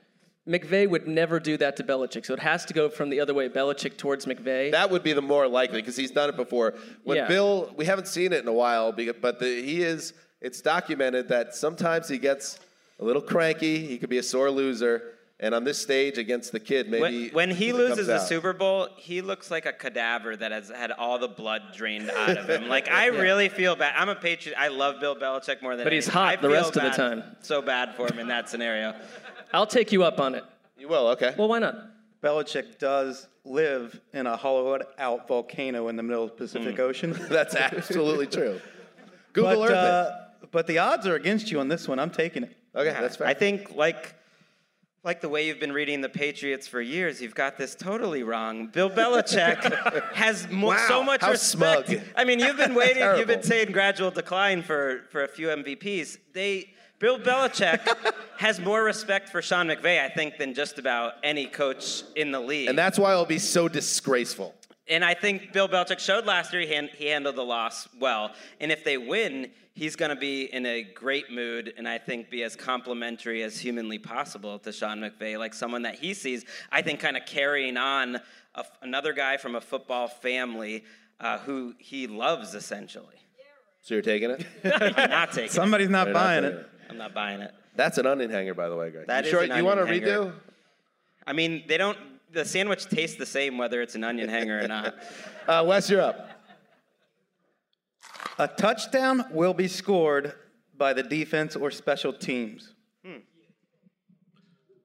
Speaker 4: McVeigh would never do that to Belichick, so it has to go from the other way, Belichick towards McVeigh.
Speaker 3: That would be the more likely because he's done it before. When
Speaker 4: Yeah.
Speaker 3: Bill, we haven't seen it in a while, be- but the, he is. It's documented that sometimes he gets a little cranky. He could be a sore loser, and on this stage against the kid, maybe
Speaker 5: When, when he
Speaker 3: it
Speaker 5: loses
Speaker 3: comes
Speaker 5: the
Speaker 3: out.
Speaker 5: Super Bowl, he looks like a cadaver that has had all the blood drained out of him. Like I
Speaker 4: Yeah.
Speaker 5: really feel bad. I'm a patriot. I love Bill Belichick more than.
Speaker 4: But he's
Speaker 5: anything.
Speaker 4: hot
Speaker 5: I
Speaker 4: the
Speaker 5: feel
Speaker 4: rest of the
Speaker 5: bad-
Speaker 4: time.
Speaker 5: So bad for him in that scenario.
Speaker 4: I'll take you up on it.
Speaker 3: You will, okay.
Speaker 4: Well, why not?
Speaker 6: Belichick does live in a hollowed out volcano in the middle of the Pacific
Speaker 5: Mm.
Speaker 6: Ocean.
Speaker 3: That's absolutely true. Google Earth
Speaker 6: but, uh,
Speaker 3: it.
Speaker 5: uh,
Speaker 6: but the odds are against you on this one. I'm taking it.
Speaker 3: Okay, that's fair.
Speaker 5: I think like like the way you've been reading the Patriots for years, you've got this totally wrong. Bill Belichick has mo-
Speaker 3: Wow,
Speaker 5: so much
Speaker 3: how
Speaker 5: respect.
Speaker 3: smug.
Speaker 5: I mean, you've been waiting. you've been
Speaker 3: Terrible.
Speaker 5: saying gradual decline for for a few MVPs. They Bill Belichick has more respect for Sean McVay, I think, than just about any coach in the league.
Speaker 3: and that's why it'll be so disgraceful.
Speaker 5: And I think Bill Belichick showed last year he, han- he handled the loss well. And if they win, he's going to be in a great mood and I think be as complimentary as humanly possible to Sean McVay, like someone that he sees, I think, kind of carrying on a f another guy from a football family uh, who he loves essentially.
Speaker 3: So you're taking it?
Speaker 5: I'm not taking
Speaker 6: Somebody's not
Speaker 3: They're not
Speaker 6: buying
Speaker 3: taking
Speaker 6: it.
Speaker 5: it. I'm not buying it.
Speaker 3: That's an onion hanger, by the way, Greg.
Speaker 5: That
Speaker 3: you
Speaker 5: is
Speaker 3: sure,
Speaker 5: an
Speaker 3: you want to
Speaker 5: onion hanger.
Speaker 3: redo?
Speaker 5: I mean, they don't. The sandwich tastes the same whether it's an onion hanger or not.
Speaker 3: Uh, Wes, you're up.
Speaker 6: A touchdown will be scored by the defense or special teams.
Speaker 3: Ooh,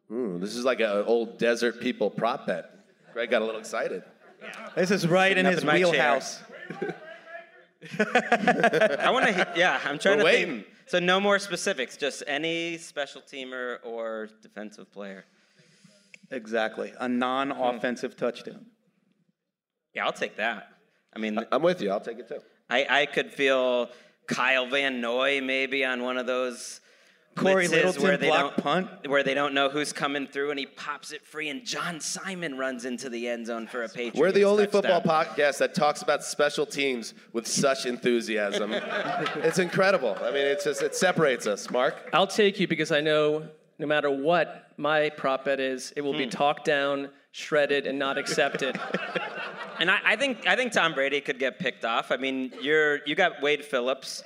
Speaker 3: Hmm, this is like an old desert people prop bet. Greg got a little excited.
Speaker 6: This is right in
Speaker 5: Sitting up
Speaker 6: his
Speaker 5: in my chair.
Speaker 6: wheelhouse.
Speaker 5: I want to. Yeah, I'm trying
Speaker 3: We're
Speaker 5: to
Speaker 3: waiting.
Speaker 5: think. So no more specifics. Just any special teamer or defensive player.
Speaker 6: Exactly. A non offensive touchdown. Uh, oh.
Speaker 5: Yeah, I'll take that. I mean,
Speaker 3: I'm with you. I'll take it too.
Speaker 5: I, I could feel Kyle Van Noy maybe on one of those.
Speaker 6: Corey
Speaker 5: blitzes
Speaker 6: Littleton
Speaker 5: where they
Speaker 6: block
Speaker 5: don't,
Speaker 6: punt.
Speaker 5: where they don't know who's coming through, and he pops it free, and John Simon runs into the end zone for a Patriots.
Speaker 3: We're the only
Speaker 5: touchdown.
Speaker 3: football podcast that talks about special teams with such enthusiasm. it's incredible. I mean, it's just it separates us. Mark,
Speaker 4: I'll take you because I know no matter what my prop bet is, it will
Speaker 6: Hmm.
Speaker 4: be talked down, shredded, and not accepted.
Speaker 5: And I, I think I think Tom Brady could get picked off. I mean, you're you got Wade Phillips,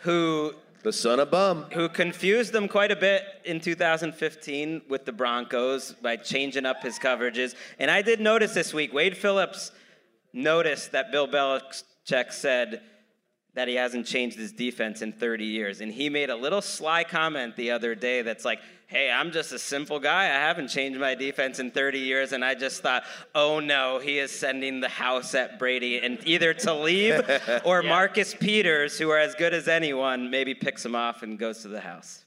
Speaker 5: who
Speaker 3: the son of bum.
Speaker 5: who confused them quite a bit in 2015 with the Broncos by changing up his coverages. And I did notice this week, Wade Phillips noticed that Bill Belichick said that he hasn't changed his defense in 30 years. And he made a little sly comment the other day that's like, hey, I'm just a simple guy. I haven't changed my defense in 30 years. And I just thought, oh no, he is sending the house at Brady. And either Talib or Marcus Peters, who are as good as anyone, maybe picks him off and goes to the house.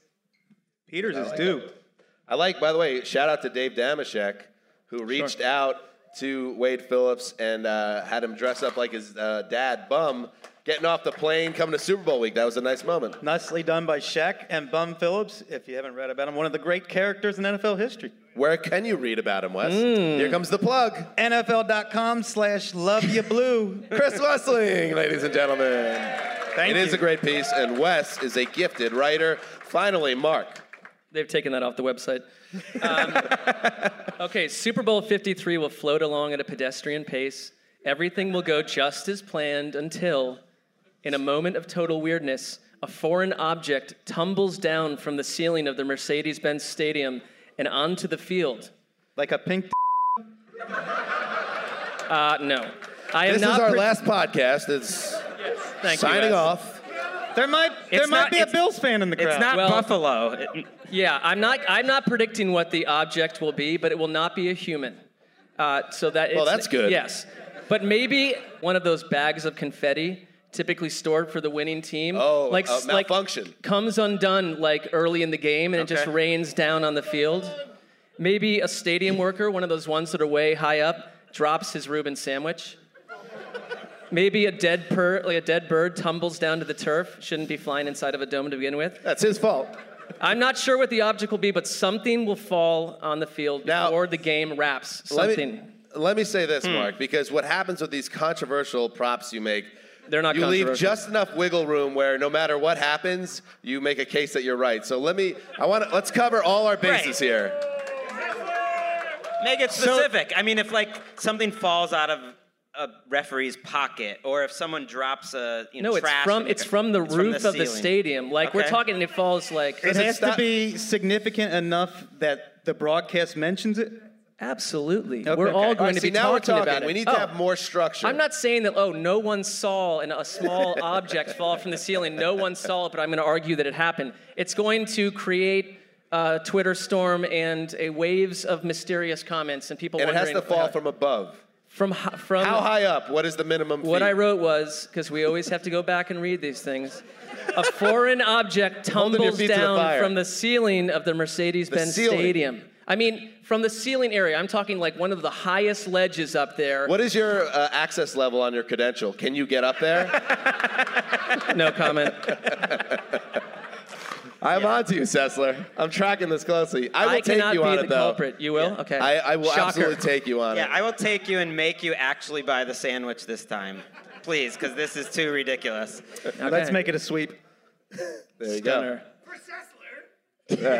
Speaker 6: Peters is due.
Speaker 3: I like, by the way, shout out to Dave Damashek, who reached out to Wade Phillips and uh, had him dress up like his uh, dad, Bum, getting off the plane, coming to Super Bowl week. That was a nice moment.
Speaker 6: Nicely done by Shaq and Bum Phillips. If you haven't read about him, one of the great characters in NFL history.
Speaker 3: Where can you read about him, Wes? Here comes the plug.
Speaker 6: NFL.com slash love you blue.
Speaker 3: Chris Wessling, ladies and gentlemen. Thank It is
Speaker 6: you.
Speaker 3: a great piece, and Wes is a gifted writer. Finally, Mark.
Speaker 4: They've taken that off the website. Um, okay, Super Bowl 53 will float along at a pedestrian pace. Everything will go just as planned until, in a moment of total weirdness, a foreign object tumbles down from the ceiling of the Mercedes Benz Stadium and onto the field.
Speaker 6: like a pink.
Speaker 4: Uh, no. I am
Speaker 3: This is
Speaker 4: not
Speaker 3: our
Speaker 4: pre-
Speaker 3: last podcast. It's
Speaker 4: Thank you,
Speaker 3: signing
Speaker 4: Wes.
Speaker 3: off.
Speaker 6: There might there
Speaker 5: It's
Speaker 6: might
Speaker 5: not-
Speaker 6: be a
Speaker 5: it's-
Speaker 6: Bills fan in the crowd.
Speaker 5: It's not
Speaker 4: Well-
Speaker 5: Buffalo. It-
Speaker 4: Yeah, I'm not. I'm not predicting what the object will be, but it will not be a human. Uh, so that.
Speaker 3: Well,
Speaker 4: it's-
Speaker 3: that's good.
Speaker 4: Yes, but maybe one of those bags of confetti, typically stored for the winning team,
Speaker 3: Oh,
Speaker 4: like
Speaker 3: uh,
Speaker 4: s- like
Speaker 3: malfunction.
Speaker 4: comes undone like early in the game, and it just
Speaker 5: Okay.
Speaker 4: rains down on the field. Maybe a stadium worker, one of those ones that are way high up, drops his Reuben sandwich. Maybe a dead per, like a dead bird tumbles down to the turf. Shouldn't be flying inside of a dome to begin with.
Speaker 3: That's his fault.
Speaker 4: I'm not sure what the object will be, but something will fall on the field
Speaker 3: Now-
Speaker 4: before the game wraps.
Speaker 3: Let me-
Speaker 4: Something.
Speaker 3: Let me, let me say this, Mark, because what happens with these controversial props you make,
Speaker 4: they're not
Speaker 3: You leave
Speaker 4: controversial.
Speaker 3: just enough wiggle room where no matter what happens, you make a case that you're right. So let me, I want to, let's cover all our bases here.
Speaker 5: Make it specific. I mean, if like something falls out of a referee's pocket, or if someone drops a you know
Speaker 4: no, it's
Speaker 5: trash
Speaker 4: from
Speaker 5: in
Speaker 4: it's from the roof of the
Speaker 5: ceiling.
Speaker 4: stadium. Like we're
Speaker 5: Okay.
Speaker 4: talking, and it falls like
Speaker 6: it has to be significant enough that the broadcast mentions it.
Speaker 4: Absolutely, We're all going to be
Speaker 3: now we're
Speaker 4: talking,
Speaker 3: talking.
Speaker 4: about it.
Speaker 3: We need
Speaker 4: Oh.
Speaker 3: to have more structure.
Speaker 4: I'm not saying that, oh, no one saw an, a small object fall from the ceiling. No one saw it, but I'm going to argue that it happened. It's going to create a Twitter storm and a waves of mysterious comments and people
Speaker 3: and it has
Speaker 4: wondering.
Speaker 3: to fall from above.
Speaker 4: from, hi- from
Speaker 3: How high up? What is the minimum?
Speaker 4: What
Speaker 3: feet?
Speaker 4: I wrote was because we always have to go back and read these things. A foreign object
Speaker 3: Holding your
Speaker 4: tumbles
Speaker 3: feet to the
Speaker 4: down
Speaker 3: fire.
Speaker 4: from the ceiling of the Mercedes-Benz
Speaker 3: ceiling.
Speaker 4: Stadium. I mean, from the ceiling area. I'm talking like one of the highest ledges up there.
Speaker 3: What is your uh, access level on your credential? Can you get up there?
Speaker 4: No comment.
Speaker 3: I'm on to you, Sessler. I'm tracking this closely. I will
Speaker 4: I
Speaker 3: take
Speaker 4: cannot
Speaker 3: you
Speaker 4: be
Speaker 3: on
Speaker 4: the
Speaker 3: it, though.
Speaker 4: culprit. You will? Okay.
Speaker 3: I, I will
Speaker 4: Shocker.
Speaker 3: absolutely take you on
Speaker 5: Yeah,
Speaker 3: it.
Speaker 5: I will take you and make you actually buy the sandwich this time, please, because this is too ridiculous.
Speaker 6: Let's make it a sweep.
Speaker 3: There you
Speaker 4: Stunner.
Speaker 3: go. All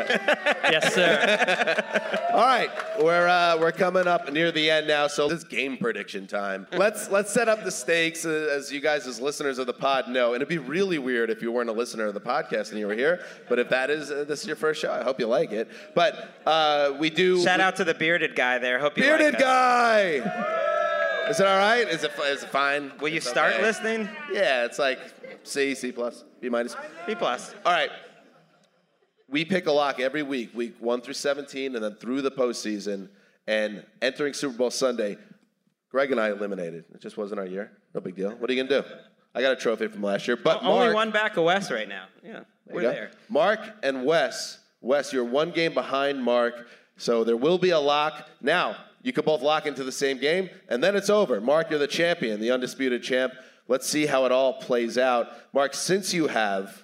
Speaker 3: right, we're uh, we're coming up near the end now, so it's game prediction time. Let's let's set up the stakes uh, as you guys, as listeners of the pod, know. And it'd be really weird if you weren't a listener of the podcast and you were here. But if that is uh, this is your first show, I hope you like it. But uh, we do
Speaker 5: Shout out to the bearded guy there. Hope you
Speaker 3: bearded
Speaker 5: like us.
Speaker 3: guy. Is it all right? Is it is it fine?
Speaker 5: Will you
Speaker 3: It's
Speaker 5: start
Speaker 3: okay.
Speaker 5: listening?
Speaker 3: Yeah, it's like C, C plus, B minus.
Speaker 5: B plus.
Speaker 3: All right. We pick a lock every week, week one through 17, and then through the postseason. And entering Super Bowl Sunday, Greg and I eliminated. It just wasn't our year. No big deal. What are you going to do? I got a trophy from last year. But
Speaker 5: Oh, Only
Speaker 3: Mark,
Speaker 5: one back of Wes right now. Yeah,
Speaker 3: there
Speaker 5: we're
Speaker 3: you go.
Speaker 5: there.
Speaker 3: Mark and Wes. Wes, you're one game behind Mark, so there will be a lock. Now, you could both lock into the same game, and then it's over. Mark, you're the champion, the undisputed champ. Let's see how it all plays out. Mark, since you have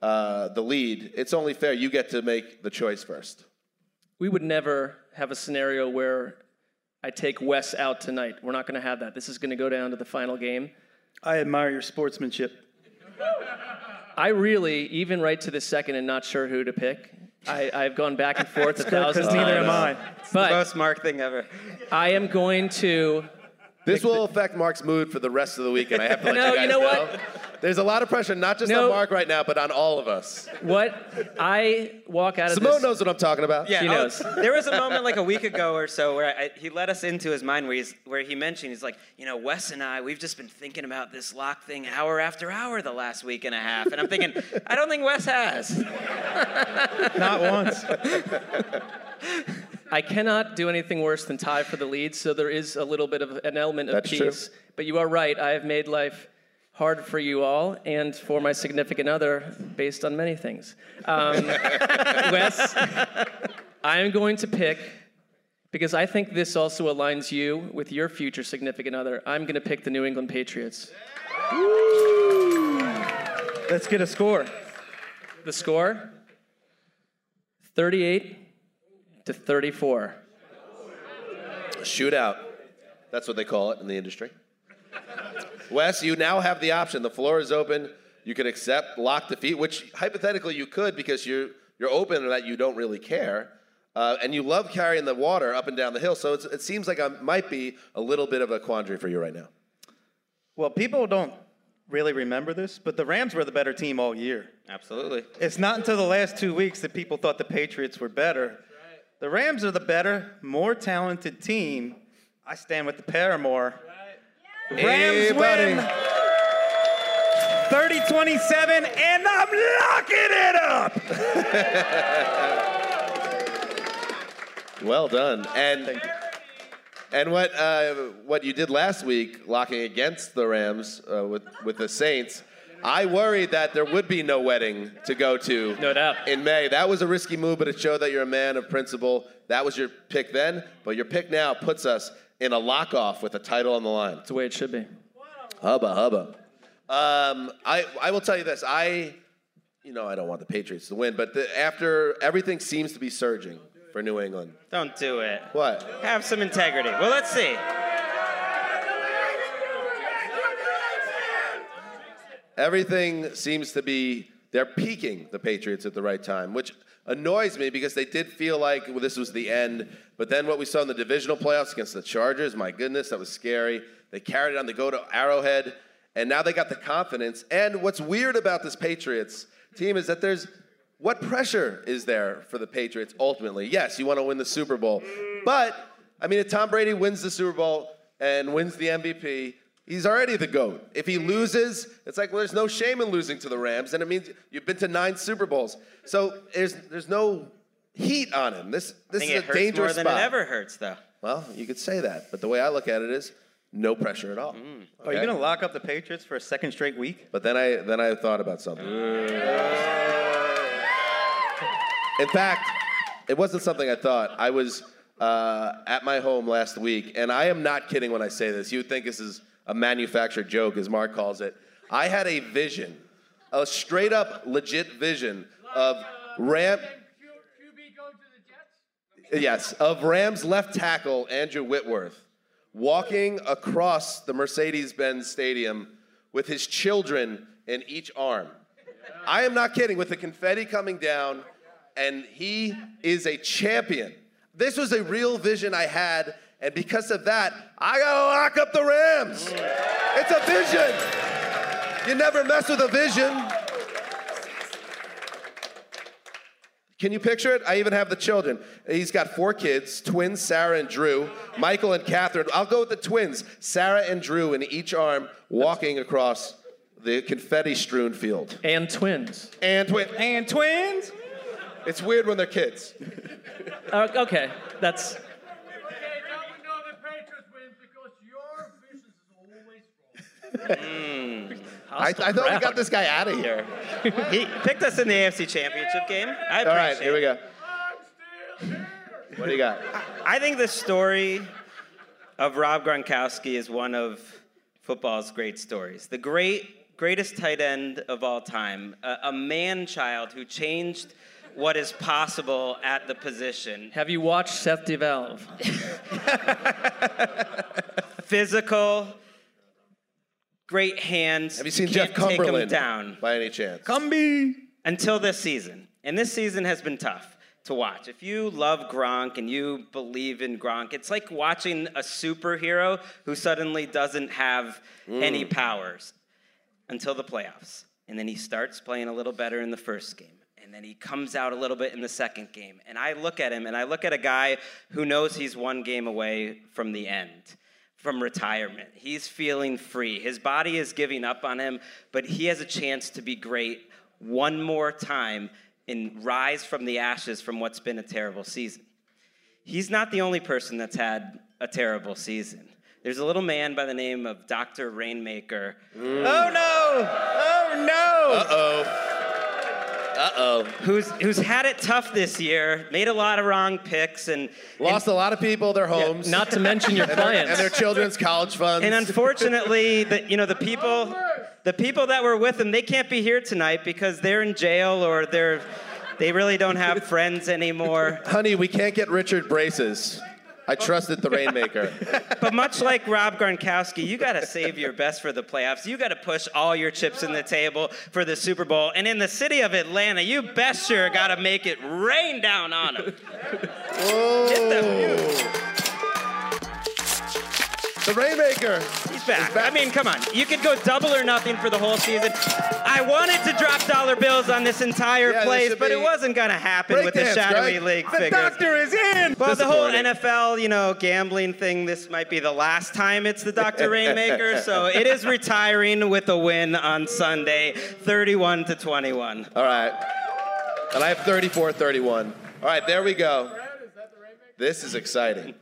Speaker 3: uh, the lead, it's only fair you get to make the choice first.
Speaker 4: We would never have a scenario where I take Wes out tonight. We're not going to have that. This is going to go down to the final game.
Speaker 6: I admire your sportsmanship.
Speaker 4: I really, even right to this second, am not sure who to pick. I, I've gone back and forth a thousand
Speaker 6: Because
Speaker 4: times.
Speaker 6: neither am I.
Speaker 4: But
Speaker 5: Most Mark thing ever.
Speaker 4: I am going to.
Speaker 3: This will affect Mark's mood for the rest of the weekend. I have to let
Speaker 4: No,
Speaker 3: you
Speaker 4: you
Speaker 3: guys
Speaker 4: know
Speaker 3: know.
Speaker 4: what?
Speaker 3: There's a lot of pressure, not just
Speaker 4: No.
Speaker 3: on Mark right now, but on all of us.
Speaker 4: What I walk out of
Speaker 3: Simone
Speaker 4: this.
Speaker 3: knows what I'm talking about.
Speaker 5: Yeah,
Speaker 4: She
Speaker 5: oh,
Speaker 4: knows.
Speaker 5: there was a moment like a week ago or so where I, he let us into his mind where, he's, where he mentioned, he's like, you know, Wes and I, we've just been thinking about this lock thing hour after hour the last week and a half. And I'm thinking, I don't think Wes has.
Speaker 6: Not once.
Speaker 4: I cannot do anything worse than tie for the lead, so there is a little bit of an element of
Speaker 3: That's true.
Speaker 4: peace. But you are right. I have made life hard for you all and for my significant other based on many things. Um, Wes, I am going to pick, because I think this also aligns you with your future significant other, I'm going to pick the New England Patriots.
Speaker 6: Let's get a score.
Speaker 4: The score 38 to 34.
Speaker 3: Shootout. That's what they call it in the industry. Wes, you now have the option. The floor is open. You can accept lock defeat, which hypothetically you could because you're you're open and that you don't really care, uh, and you love carrying the water up and down the hill. So it's, it seems like I might be a little bit of a quandary for you right now.
Speaker 6: Well, people don't really remember this, but the Rams were the better team all year.
Speaker 5: Absolutely.
Speaker 6: It's not until the last two weeks that people thought the Patriots were better. The Rams are the better, more talented team. I stand with the Paramore. Rams win 30 27, and I'm locking it up.
Speaker 3: Well done. And and what uh, what you did last week, locking against the Rams uh, with with the Saints, I worried that there would be no wedding to go to.
Speaker 4: No doubt.
Speaker 3: In May, that was a risky move, but it showed that you're a man of principle. That was your pick then, but your pick now puts us in a lock off with a title on the line.
Speaker 4: That's the way it should be.
Speaker 3: Hubba hubba. Um, I I will tell you this. I you know I don't want the Patriots to win, but the, after everything seems to be surging for New England.
Speaker 5: Don't do it.
Speaker 3: What?
Speaker 5: Have some integrity. Well, let's see.
Speaker 3: Everything seems to be they're peaking the Patriots at the right time, which annoys me because they did feel like well, this was the end. But then what we saw in the divisional playoffs against the Chargers, my goodness, that was scary. They carried it on. They go to Arrowhead, and now they got the confidence. And what's weird about this Patriots team is that there's what pressure is there for the Patriots ultimately? Yes, you want to win the Super Bowl, but I mean, if Tom Brady wins the Super Bowl and wins the MVP, he's already the GOAT. If he loses, it's like, well, there's no shame in losing to the Rams, and it means you've been to nine Super Bowls. So there's, there's no heat on him. This,
Speaker 5: I
Speaker 3: this
Speaker 5: think
Speaker 3: is
Speaker 5: it
Speaker 3: a
Speaker 5: hurts
Speaker 3: dangerous
Speaker 5: more than
Speaker 3: spot.
Speaker 5: it ever hurts, though.
Speaker 3: Well, you could say that, but the way I look at it is no pressure at all.
Speaker 5: Mm.
Speaker 6: Are you going to lock up the Patriots for a second straight week?
Speaker 3: But then I then I thought about something. In fact, it wasn't something I thought. I was uh, at my home last week, and I am not kidding when I say this. You would think this is a manufactured joke, as Mark calls it. I had a vision, a straight up legit vision of Ram. Yes, of Rams left tackle Andrew Whitworth walking across the Mercedes Benz Stadium with his children in each arm. I am not kidding, with the confetti coming down, and he is a champion. This was a real vision I had, and because of that, I gotta lock up the Rams. It's a vision. You never mess with a vision. Can you picture it? I even have the children. He's got four kids twins, Sarah and Drew, Michael and Catherine. I'll go with the twins, Sarah and Drew, in each arm, walking across the confetti strewn field.
Speaker 4: And twins.
Speaker 3: And twins.
Speaker 6: And twins?
Speaker 3: It's weird when they're kids.
Speaker 4: Uh, okay, that's.
Speaker 3: I, I thought we got this guy out of here.
Speaker 5: he picked us in the AFC Championship game. I appreciate
Speaker 3: All right, here we
Speaker 5: it.
Speaker 3: go. What do you got?
Speaker 5: I think the story of Rob Gronkowski is one of football's great stories. The great, greatest tight end of all time, a, a man child who changed what is possible at the position.
Speaker 4: Have you watched Seth DeValve?
Speaker 5: Physical, great hands.
Speaker 3: Have you seen
Speaker 5: can't
Speaker 3: Jeff
Speaker 5: Take him
Speaker 3: Cumberland
Speaker 5: down.
Speaker 3: by any chance?
Speaker 6: Cumby.
Speaker 5: until this season. And this season has been tough to watch. If you love Gronk and you believe in Gronk, it's like watching a superhero who suddenly doesn't have any powers until the playoffs. And then he starts playing a little better in the first game. And then he comes out a little bit in the second game. And I look at him and I look at a guy who knows he's one game away from the end, from retirement. He's feeling free. His body is giving up on him, but he has a chance to be great one more time and rise from the ashes from what's been a terrible season he's not the only person that's had a terrible season. There's a little man by the name of Dr. Rainmaker.
Speaker 6: Oh no! Oh no!
Speaker 5: Who's who's had it tough this year, made a lot of wrong picks and
Speaker 3: Lost a lot of people, their homes,
Speaker 4: Not to mention your
Speaker 3: and, their, and
Speaker 4: clients.
Speaker 3: their children's college funds.
Speaker 5: and unfortunately the you know the people the people that were with him, they can't be here tonight because they're in jail or they're they really don't have friends anymore.
Speaker 3: Honey, we can't get Richard braces. I trusted the Rainmaker.
Speaker 5: But much like Rob Gronkowski, you got to save your best for the playoffs. You got to push all your chips in the table for the Super Bowl. And in the city of Atlanta, you best sure got to make it rain down on them. Get the,
Speaker 3: The Rainmaker.
Speaker 5: he's back. I mean, come on. You could go double or nothing for the whole season. I wanted to drop dollar bills on this entire
Speaker 3: Yeah, this
Speaker 5: place,
Speaker 3: should
Speaker 5: but it
Speaker 3: be-
Speaker 5: wasn't going to happen
Speaker 3: Break
Speaker 5: with the
Speaker 3: dance,
Speaker 5: shadowy
Speaker 3: right?
Speaker 5: league
Speaker 3: The
Speaker 5: figures.
Speaker 3: doctor is in.
Speaker 5: Well, the whole
Speaker 3: Disappointing.
Speaker 5: NFL, you know, gambling thing, this might be the last time it's the Dr. Rainmaker, so it is retiring with a win on Sunday, 31 to 21.
Speaker 3: All right. And I have 34 31. All right, there we go. This is exciting.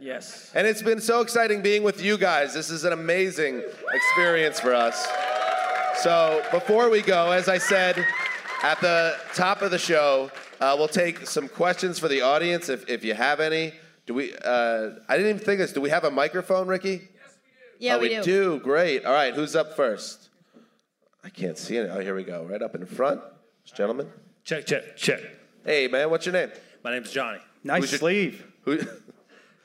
Speaker 4: yes.
Speaker 3: And it's been so exciting being with you guys. This is an amazing experience for us. So, before we go, as I said at the top of the show, uh, we'll take some questions for the audience if, if you have any. Do we? Uh, I didn't even think of this. Do we have a microphone, Ricky?
Speaker 9: Yeah,
Speaker 3: oh,
Speaker 9: we,
Speaker 3: do. Great. All right, who's up first? I can't see it. Oh, here we go. Right up in front. This gentleman.
Speaker 10: Check, check, check.
Speaker 3: Hey, man, what's your name?
Speaker 10: My name's Johnny.
Speaker 6: Nice
Speaker 3: Who's your-
Speaker 6: sleeve.
Speaker 10: All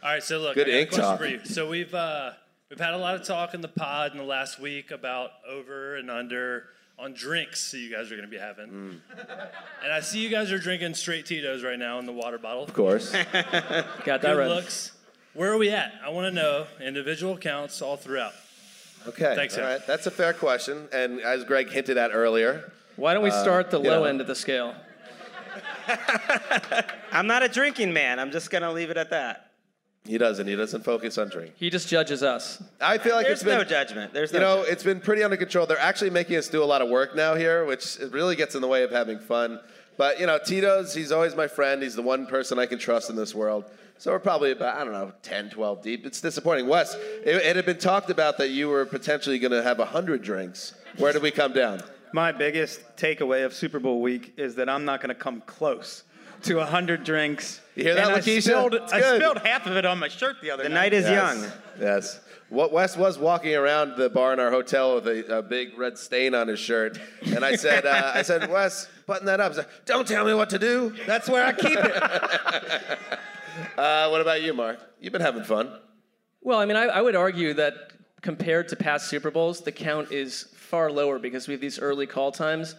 Speaker 10: right, so look,
Speaker 3: Good
Speaker 10: I got a
Speaker 3: ink
Speaker 10: question
Speaker 3: talk.
Speaker 10: for you. So we've uh, we've had a lot of talk in the pod in the last week about over and under on drinks that you guys are going to be having,
Speaker 4: Mm.
Speaker 10: and I see you guys are drinking straight Tito's right now in the water bottle.
Speaker 3: Of course.
Speaker 10: Got Good looks. Where are we at? I want to know individual counts all throughout.
Speaker 3: Okay.
Speaker 10: Thanks,
Speaker 3: All
Speaker 10: Aaron.
Speaker 3: right. That's a fair question. And as Greg hinted at earlier,
Speaker 4: Why don't we
Speaker 3: uh,
Speaker 4: start the
Speaker 3: you
Speaker 4: low
Speaker 3: know,
Speaker 4: end of the scale?
Speaker 5: I'm not a drinking man. I'm just gonna leave it at that.
Speaker 3: He doesn't. He doesn't focus on drinking.
Speaker 4: He just judges us.
Speaker 3: I feel like
Speaker 5: There's
Speaker 3: it's been,
Speaker 5: no judgment. There's
Speaker 3: you
Speaker 5: no
Speaker 3: know it's been pretty under control. They're actually making us do a lot of work now here, which it really gets in the way of having fun. But you know, Tito's he's always my friend. He's the one person I can trust in this world. So we're probably about I don't know 10, 12 deep. It's disappointing. Wes, it, it had been talked about that you were potentially going to have hundred drinks. Where did we come down?
Speaker 6: My biggest takeaway of Super Bowl week is that I'm not going to come close to 100 drinks.
Speaker 3: You hear that,
Speaker 6: and I
Speaker 3: Lakeisha?
Speaker 6: spilled-
Speaker 3: It's
Speaker 6: I
Speaker 3: good.
Speaker 6: spilled half of it on my shirt the other
Speaker 5: The
Speaker 6: night.
Speaker 5: night is young.
Speaker 3: Yes. What Wes was walking around the bar in our hotel with a, a big red stain on his shirt, and I said, uh, I said, Wes, button that up. He's like, Don't tell me what to do. That's where I keep it. uh, what about you, Mark? You've been having fun.
Speaker 4: Well, I mean, I, I would argue that compared to past Super Bowls, the count is far lower because we have these early call times.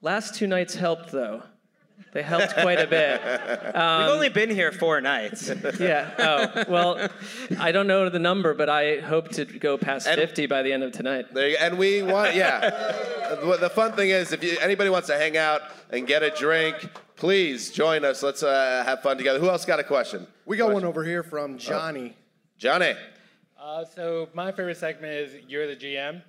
Speaker 4: Last two nights helped, though. They helped quite a bit. Um,
Speaker 5: We've only been here four nights.
Speaker 4: yeah. Oh, well, I don't know the number, but I hope to go past 50 by the end of tonight.
Speaker 3: There you, and we want, yeah. Well, the fun thing is, if you, anybody wants to hang out and get a drink, please join us. Let's uh, have fun together. Who else got a question? Oh.
Speaker 11: We got one over here from Johnny.
Speaker 3: Johnny.
Speaker 8: Uh, so my favorite segment is you're the GM,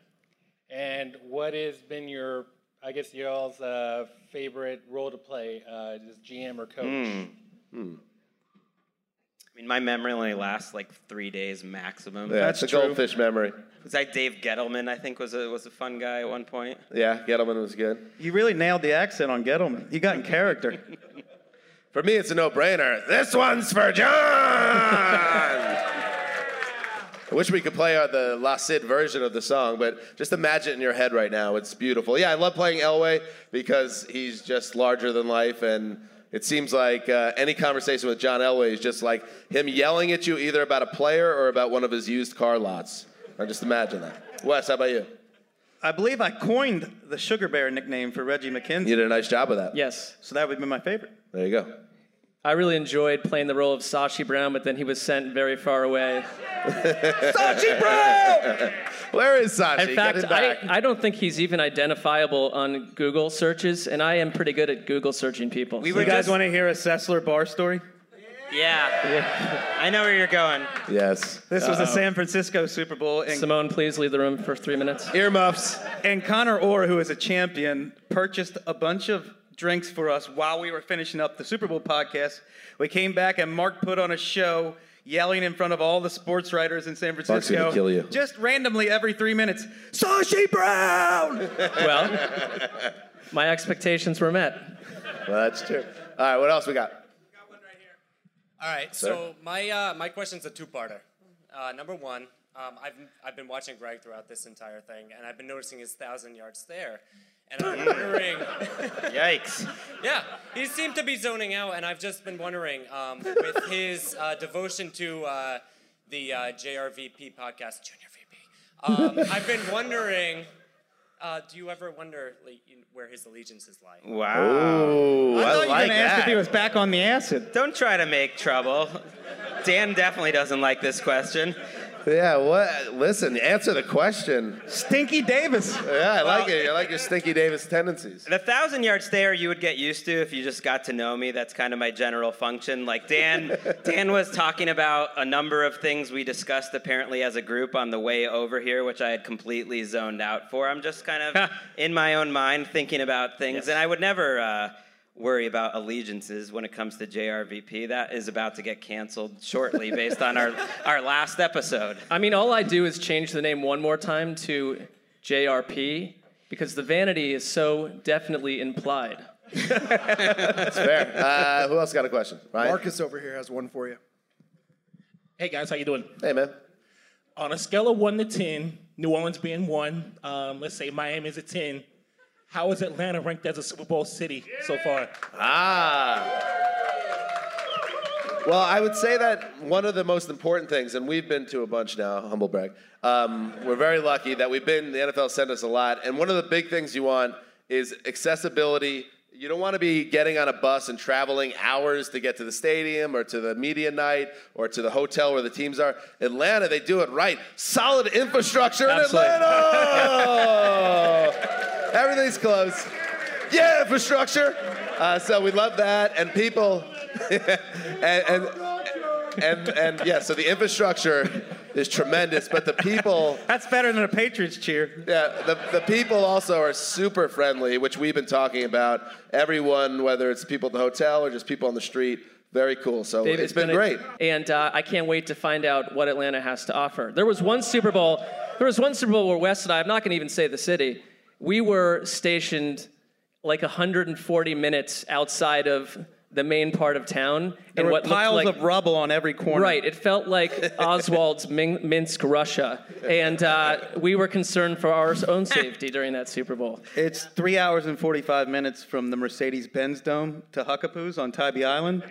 Speaker 8: and what has been your, I guess y'all's uh, favorite role to play, uh, just GM or coach?
Speaker 5: Mm. I mean, my memory only lasts like three days maximum.
Speaker 3: Yeah, it's a goldfish memory.
Speaker 5: Was that Dave Gettleman? I think was a was a fun guy at one point.
Speaker 3: Yeah, Gettleman was good.
Speaker 6: You really nailed the accent on Gettleman. You got in character.
Speaker 3: For me, it's a no-brainer. This one's for John. I wish we could play uh, the La Cid version of the song, but just imagine it in your head right now. It's beautiful. Yeah, I love playing Elway because he's just larger than life, and it seems like uh, any conversation with John Elway is just like him yelling at you either about a player or about one of his used car lots. I just imagine that. Wes, how about you?
Speaker 6: I believe I coined the Sugar Bear nickname for Reggie McKenzie.
Speaker 3: You did a nice job with that.
Speaker 4: Yes.
Speaker 6: So that would be my favorite.
Speaker 3: There you go.
Speaker 4: I really enjoyed playing the role of Sashi Brown, but then he was sent very far away.
Speaker 5: Oh,
Speaker 3: Sachi Brown! Where is Sachi?
Speaker 4: In
Speaker 3: Get
Speaker 4: fact,
Speaker 3: him
Speaker 4: I,
Speaker 3: back.
Speaker 4: I don't think he's even identifiable on Google searches, and I am pretty good at Google searching people.
Speaker 6: you guys want to hear a Sessler bar story?
Speaker 5: Yeah. I know where you're going.
Speaker 3: Yes.
Speaker 6: This was the
Speaker 4: Uh-oh.
Speaker 6: San Francisco Super Bowl. And
Speaker 4: Simone, please leave the room for three minutes.
Speaker 3: Earmuffs.
Speaker 6: And Connor Orr, who is a champion, purchased a bunch of drinks for us while we were finishing up the Super Bowl podcast. We came back and Mark put on a show yelling in front of all the sports writers in San
Speaker 3: gonna
Speaker 6: Francisco.
Speaker 3: kill you.
Speaker 6: Just randomly every three minutes, Sashi Brown!
Speaker 4: Well, my expectations were met.
Speaker 3: Well, that's true. All right, what else we got?
Speaker 12: All right.
Speaker 3: Sir?
Speaker 12: So my uh, my question's a two-parter. Uh, number one, um, I've I've been watching Greg throughout this entire thing, and I've been noticing his thousand yard stare, and I'm wondering.
Speaker 5: Yikes.
Speaker 12: Yeah, he seemed to be zoning out, and I've just been wondering um, with his uh, devotion to uh, the uh, JRVP podcast, Junior VP. Um, I've been wondering. Uh, do you ever wonder like, you- where his allegiances lie?
Speaker 5: Wow.
Speaker 3: I
Speaker 12: thought you were
Speaker 6: gonna ask if he was back on the acid.
Speaker 5: Don't try to make trouble. Dan definitely doesn't like this question.
Speaker 3: Yeah, what? Listen, answer the question.
Speaker 6: Stinky Davis.
Speaker 3: Yeah, I like it. I like your Stinky Davis tendencies.
Speaker 5: The thousand yard stare you would get used to if you just got to know me. That's kind of my general function. Like Dan, Dan was talking about a number of things we discussed apparently as a group on the way over here, which I had completely zoned out for. I'm just kind of in my own mind thinking about things, and I would never uh, worry about allegiances when it comes to JRVP. That is about to get canceled shortly, based on our our last episode.
Speaker 4: I mean, all I do is change the name one more time to JRP because the vanity is so definitely implied.
Speaker 3: That's fair. Uh, who else got a question? Ryan?
Speaker 11: Marcus over here has one for you.
Speaker 13: Hey guys, how you doing?
Speaker 3: Hey man.
Speaker 13: On a scale of one to ten, New Orleans being one, um, let's say Miami is a ten. How is Atlanta ranked as a Super Bowl city so far?
Speaker 3: Ah. Well, I would say that one of the most important things, and we've been to a bunch now, humble brag. Um, we're very lucky that we've been, the NFL sent us a lot. And one of the big things you want is accessibility. You don't want to be getting on a bus and traveling hours to get to the stadium or to the media night or to the hotel where the teams are. Atlanta, they do it right. Solid infrastructure
Speaker 2: Absolutely.
Speaker 3: in Atlanta. Everything's close. Yeah, infrastructure. Uh, so we love that, and people, and, and and and yeah. So the infrastructure is tremendous, but the people.
Speaker 6: That's better than a Patriots cheer.
Speaker 3: Yeah, the, the people also are super friendly, which we've been talking about. Everyone, whether it's people at the hotel or just people on the street, very cool. So
Speaker 4: Dave,
Speaker 3: it's been,
Speaker 4: a-
Speaker 3: great.
Speaker 4: and uh, I can't wait to find out what Atlanta has to offer. There was one Super Bowl. There was one Super Bowl where Wes and I. I'm not going to even say the city. We were stationed like 140 minutes outside of the main part of town.
Speaker 6: There
Speaker 4: in
Speaker 6: were
Speaker 4: what looked
Speaker 6: piles
Speaker 4: like,
Speaker 6: of rubble on every corner.
Speaker 4: Right. It felt like Oswald's Min- Minsk, Russia, and uh, we were concerned for our own safety during that Super Bowl.
Speaker 6: It's three hours and 45 minutes from the Mercedes Benz Dome to Huckapoo's on Tybee Island.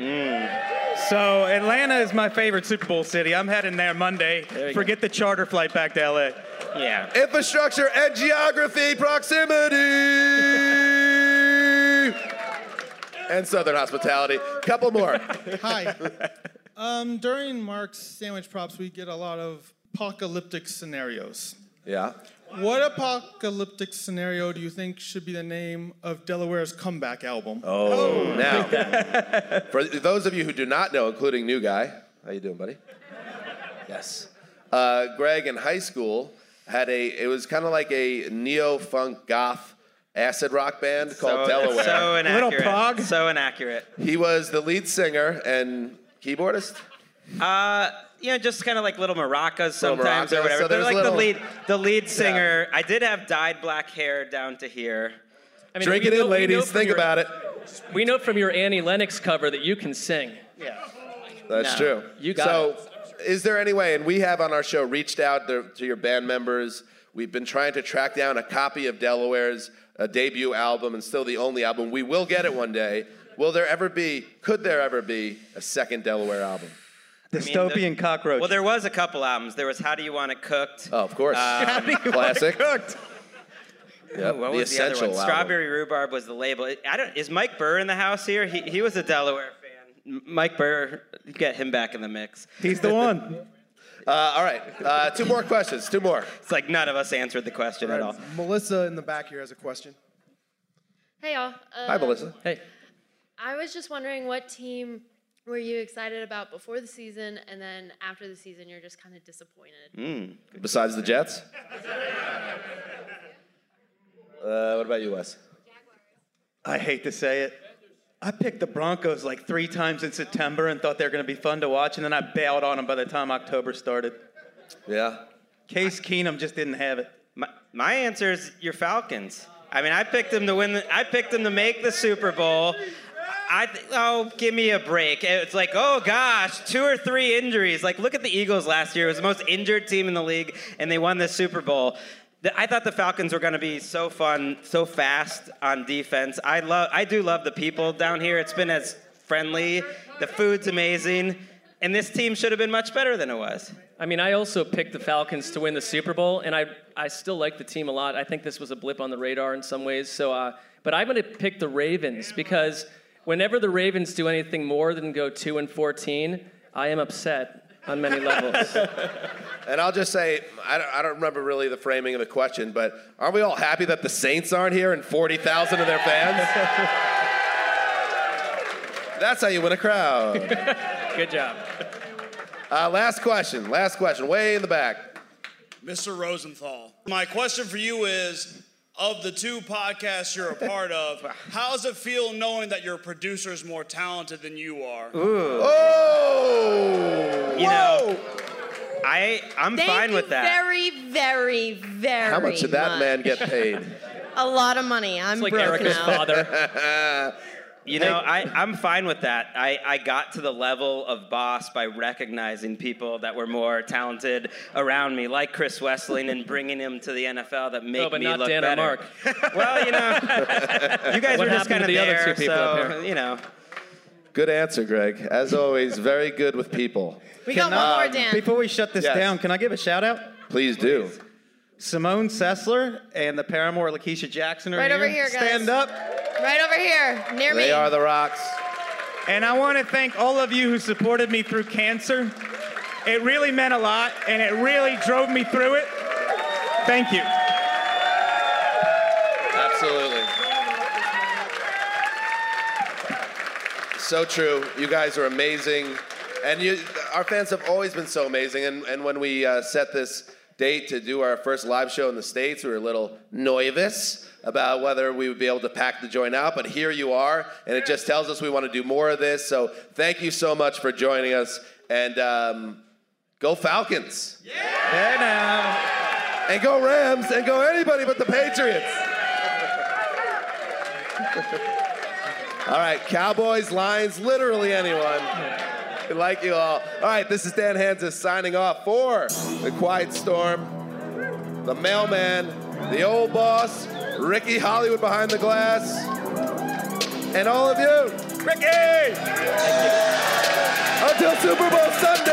Speaker 6: So, Atlanta is my favorite Super Bowl city. I'm heading there Monday. Forget the charter flight back to LA.
Speaker 5: Yeah.
Speaker 3: Infrastructure and geography proximity. And Southern hospitality. Couple more.
Speaker 14: Hi. Um, during Mark's sandwich props, we get a lot of apocalyptic scenarios.
Speaker 3: Yeah.
Speaker 14: What apocalyptic scenario do you think should be the name of Delaware's comeback album?
Speaker 3: Oh, now, for those of you who do not know, including new guy, how you doing, buddy? Yes. Uh, Greg in high school had a. It was kind of like a neo funk goth acid rock band called Delaware.
Speaker 5: So inaccurate. So inaccurate.
Speaker 3: He was the lead singer and keyboardist.
Speaker 5: Uh, you know, just kind of like little maracas
Speaker 3: Little
Speaker 5: sometimes
Speaker 3: maracas,
Speaker 5: or whatever.
Speaker 3: so
Speaker 5: They're
Speaker 3: there's
Speaker 5: like
Speaker 3: little-
Speaker 5: the lead, the lead singer. I did have dyed black hair down to here.
Speaker 4: I mean, we know- we know from your- We know from your Annie Lennox cover that you can sing.
Speaker 3: That's
Speaker 4: No.
Speaker 3: true.
Speaker 4: You got
Speaker 3: so, is there any way? And we have on our show reached out to, to your band members. We've been trying to track down a copy of Delaware's uh, debut album, and still the only album. We will get it one day. Will there ever be? Could there ever be a second Delaware album?
Speaker 6: Dystopian cockroach.
Speaker 5: Well, there was a couple albums. There was How Do You Want It Cooked?
Speaker 3: Oh, of course.
Speaker 5: Um,
Speaker 3: Classic. Yep,
Speaker 5: What
Speaker 3: the
Speaker 5: was the, other
Speaker 3: essential
Speaker 5: one?
Speaker 3: album.
Speaker 5: Strawberry Rhubarb was the label. I don't. Is Mike Burr in the house here? He, he was a Delaware fan. M- Mike Burr, get him back in the mix.
Speaker 6: He's the one.
Speaker 3: Uh, all right. Uh, two more questions. Two more.
Speaker 5: It's like none of us answered the question at all.
Speaker 11: Melissa in the back here has a question.
Speaker 15: Hey y'all.
Speaker 3: Hi,
Speaker 15: Um,
Speaker 3: Melissa.
Speaker 4: Hey.
Speaker 15: I was just wondering what team were you excited about before the season, and then after the season, you're just kind of disappointed.
Speaker 3: Besides the Jets. Uh, what about you, Wes?
Speaker 6: I hate to say it. I picked the Broncos like three times in September and thought they were going to be fun to watch, and then I bailed on them by the time October started.
Speaker 3: Yeah.
Speaker 6: Case Keenum just didn't have it.
Speaker 5: My, my answer is your Falcons. I mean, I picked them to win. The, I picked them to make the Super Bowl. I th- oh, give me a break. It's like, oh gosh, two or three injuries. Like, look at the Eagles last year. It was the most injured team in the league, and they won the Super Bowl. The- I thought the Falcons were going to be so fun, so fast on defense. I love, I do love the people down here. It's been as friendly. The food's amazing, and this team should have been much better than it was.
Speaker 4: I mean, I also picked the Falcons to win the Super Bowl, and I I still like the team a lot. I think this was a blip on the radar in some ways. So, uh, but I'm going to pick the Ravens because whenever the Ravens do anything more than go two and fourteen, I am upset on many levels.
Speaker 3: And I'll just say, I don't, I don't remember really the framing of the question, but aren't we all happy that the Saints aren't here and 40,000 of their fans? That's how you win a crowd.
Speaker 4: Good job.
Speaker 3: Uh, last question, last question, way in the back.
Speaker 16: Mr. Rosenthal, my question for you is of the two podcasts you're a part of, how does it feel knowing that your producer is more talented than you are?
Speaker 3: Oh!
Speaker 5: You know, I I'm
Speaker 9: Thank
Speaker 5: fine
Speaker 9: you
Speaker 5: with that.
Speaker 9: Very, very, very.
Speaker 3: How much did that
Speaker 9: much.
Speaker 3: man get paid?
Speaker 9: A lot of money. I'm
Speaker 5: like
Speaker 9: broke
Speaker 5: Erica's
Speaker 9: now.
Speaker 3: father.
Speaker 5: you know, I, I'm fine with that. I, I got to the level of boss by recognizing people that were more talented around me, like Chris Wessling, and bringing him to the NFL that make
Speaker 4: oh, but
Speaker 5: me
Speaker 4: not
Speaker 5: look
Speaker 4: Dan
Speaker 5: better.
Speaker 4: or Mark.
Speaker 5: well, you know, you guys
Speaker 4: What
Speaker 5: were just
Speaker 4: happened to
Speaker 5: kind of
Speaker 4: the other
Speaker 5: there,
Speaker 4: two people
Speaker 5: so
Speaker 4: up here?
Speaker 5: you know.
Speaker 3: Good answer, Greg. As always, very good with people.
Speaker 1: We got one more, Dan.
Speaker 6: Before we shut this
Speaker 3: Yes.
Speaker 6: down, can I give a shout out?
Speaker 3: Please do.
Speaker 6: Simone Sessler and the Paramore Lakeisha Jackson are
Speaker 9: Right
Speaker 6: here.
Speaker 9: over here, guys.
Speaker 6: Stand up.
Speaker 9: Right over here, near me.
Speaker 3: the rocks.
Speaker 17: And I want to thank all of you who supported me through cancer. It really meant a lot, and it really drove me through it. Thank you.
Speaker 3: Absolutely. So true. You guys are amazing. And you, our fans have always been so amazing. And, and when we uh, set this date to do our first live show in the States, we were a little nervous about whether we would be able to pack the joint out. But here you are. And it just tells us we want to do more of this. So thank you so much for joining us. And um, go Falcons. Yeah. And go Rams. And go anybody but the Patriots. All right, Cowboys, Lions, literally anyone. We like you all. All right, this is Dan Hansis signing off for The Quiet Storm, The Mailman, The Old Boss, Ricky Hollywood Behind the Glass, and all of you. Ricky! Until Super Bowl Sunday!